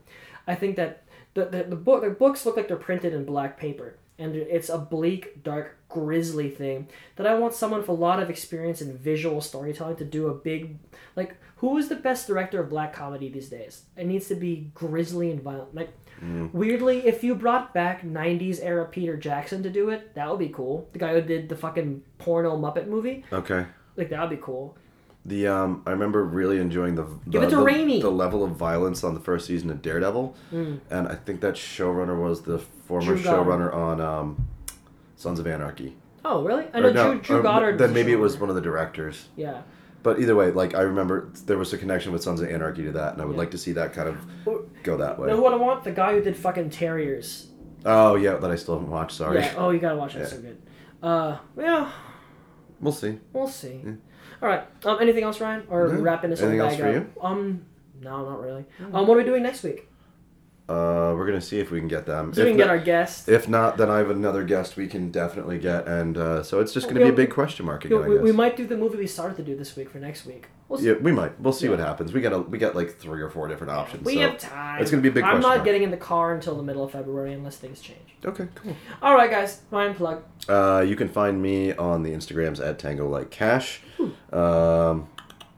B: I think that the, the, the book the books look like they're printed in black paper and it's a bleak, dark, grisly thing that I want someone with a lot of experience in visual storytelling to do a big, like, who is the best director of black comedy these days? It needs to be grisly and violent. Like,
A: Mm.
B: weirdly, if you brought back '90s era Peter Jackson to do it, that would be cool. The guy who did the fucking porno Muppet movie,
A: Okay.
B: like, that would be cool.
A: The um, I remember really enjoying the the,
B: Give it to
A: the,
B: Raimi.
A: the level of violence on the first season of Daredevil,
B: Mm.
A: and I think that showrunner was the former
B: Drew Goddard.
A: showrunner on um, Sons of Anarchy.
B: Oh, really? I
A: Or
B: know
A: no,
B: Drew, Drew
A: or
B: Goddard.
A: Then maybe it was one of the directors.
B: Yeah.
A: But either way, like I remember there was a connection with Sons of Anarchy to that, and I would like to see that kind of
B: Or-
A: go that way.
B: Know what I want? The guy who did fucking Terriers.
A: Oh yeah, that I still haven't watched. Sorry.
B: Yeah. Oh, you gotta watch it. It's
A: Yeah.
B: so good. Uh, yeah,
A: We'll see.
B: we'll see. All right. Um, anything else, Ryan? Or
A: No.
B: wrapping this
A: Anything
B: whole
A: else
B: bag
A: for
B: up? Um, no, not really. Um, what are we doing next week?
A: Uh, we're gonna see if we can get them.
B: So we
A: If
B: can get
A: no-
B: our guest.
A: If not, then I have another guest we can definitely get, and uh, so it's just going to be a
B: We'll-
A: big question mark
B: You
A: again.
B: know,
A: I
B: we,
A: guess.
B: we might do the movie we started to do this week for next week. We'll see.
A: yeah, we might. We'll see what happens. We got a, we got like three or four different options.
B: We
A: so
B: have time.
A: It's going to be a big
B: I'm
A: question
B: not
A: mark.
B: getting in the car until the middle of February unless things change.
A: Okay, cool.
B: All right, guys. Ryan plug.
A: Uh, you can find me on the Instagrams at Tango Like Cash. Um,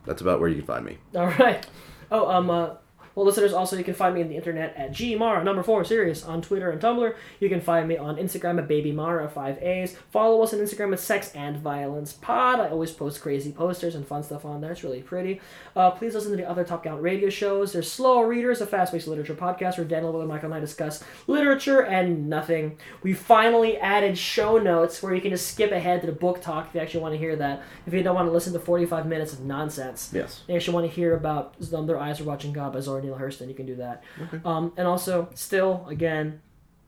A: that's about where you can find me.
B: All right. Oh, um, uh, well, listeners, also you can find me on the internet at gmara number four serious on Twitter and Tumblr. You can find me on Instagram at babymara five A's. Follow us on Instagram at sex and violence pod. I always post crazy posters and fun stuff on there. It's really pretty. Uh, please listen to the other Top Count radio shows. There's Slow Readers, a fast-paced literature podcast where Daniel Will and Michael and I discuss literature and nothing. We finally added show notes where you can just skip ahead to the book talk if you actually want to hear that. If you don't want to listen to 45 minutes of nonsense.
A: Yes.
B: They actually want to hear about um, Their Eyes Are Watching God by Zora Neale Hurston. You can do that. Um, and also, still, again,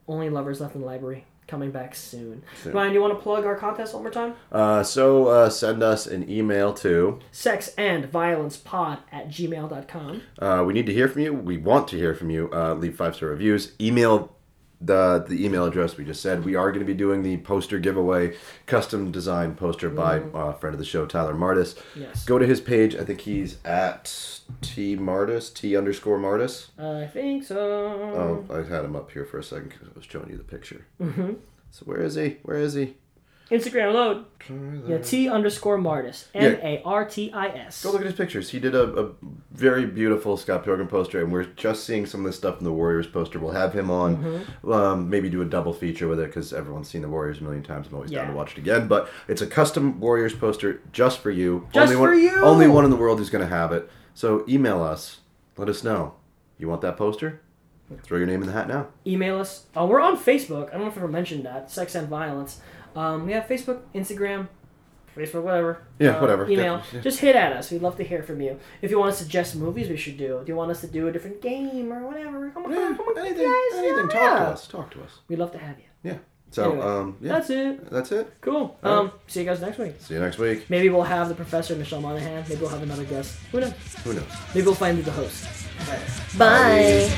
B: Only Lovers Left in the Library coming back soon.
A: Soon.
B: Ryan, you want to plug our contest one more time?
A: Uh, so uh, send us an email to.
B: Sex and Violence Pod at gmail.com.
A: Uh, we need to hear from you. We want to hear from you. Uh, leave five star reviews. Email the the email address we just said. We are going to be doing the poster giveaway, custom design poster by uh, friend of the show Tyler Martis.
B: Yes.
A: Go to his page. I think he's at T Martis T underscore Martis.
B: I think so.
A: Oh, I had him up here for a second because I was showing you the picture.
B: Mhm.
A: So where is he? Where is he?
B: Instagram load. Yeah, T underscore Martis.
A: Yeah.
B: M A R T I S.
A: Go look at his pictures. He did a, a very beautiful Scott Pilgrim poster, and we're just seeing some of this stuff in the Warriors poster. We'll have him on,
B: Mm-hmm.
A: um, maybe do a double feature with it because everyone's seen the Warriors a million times. I'm always down
B: Yeah.
A: to watch it again. But it's a custom Warriors poster just for you.
B: Just
A: only one,
B: for you!
A: Only one in the world who's going to have it. So email us. Let us know. You want that poster? Throw your name in the hat now.
B: email us. Uh, we're on Facebook. I don't know if I ever mentioned that. Sex and Violence. Um, we have Facebook, Instagram, Facebook, whatever.
A: Yeah,
B: Uh,
A: whatever.
B: Email.
A: Yeah.
B: Just hit at us. We'd love to hear from you. If you want to suggest movies we should do, if you want us to do a different game or whatever, come on, come on,
A: Anything,
B: guys,
A: anything. Talk
B: yeah.
A: to us. Talk to us.
B: We'd love to have you.
A: Yeah. So,
B: Anyway,
A: um, yeah.
B: That's it.
A: That's it.
B: Cool.
A: All right.
B: Um, see you guys next week.
A: See you next week.
B: Maybe we'll have the professor Michelle Monaghan. Maybe we'll have another guest. Who knows?
A: Who knows?
B: Maybe we'll find the host.
A: Bye.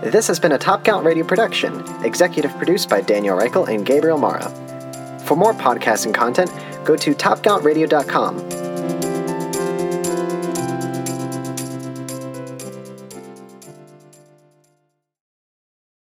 K: This has been a Top Count Radio production, executive produced by Daniel Reichel and Gabriel Mara. For more podcasting content, go to topcountradio.com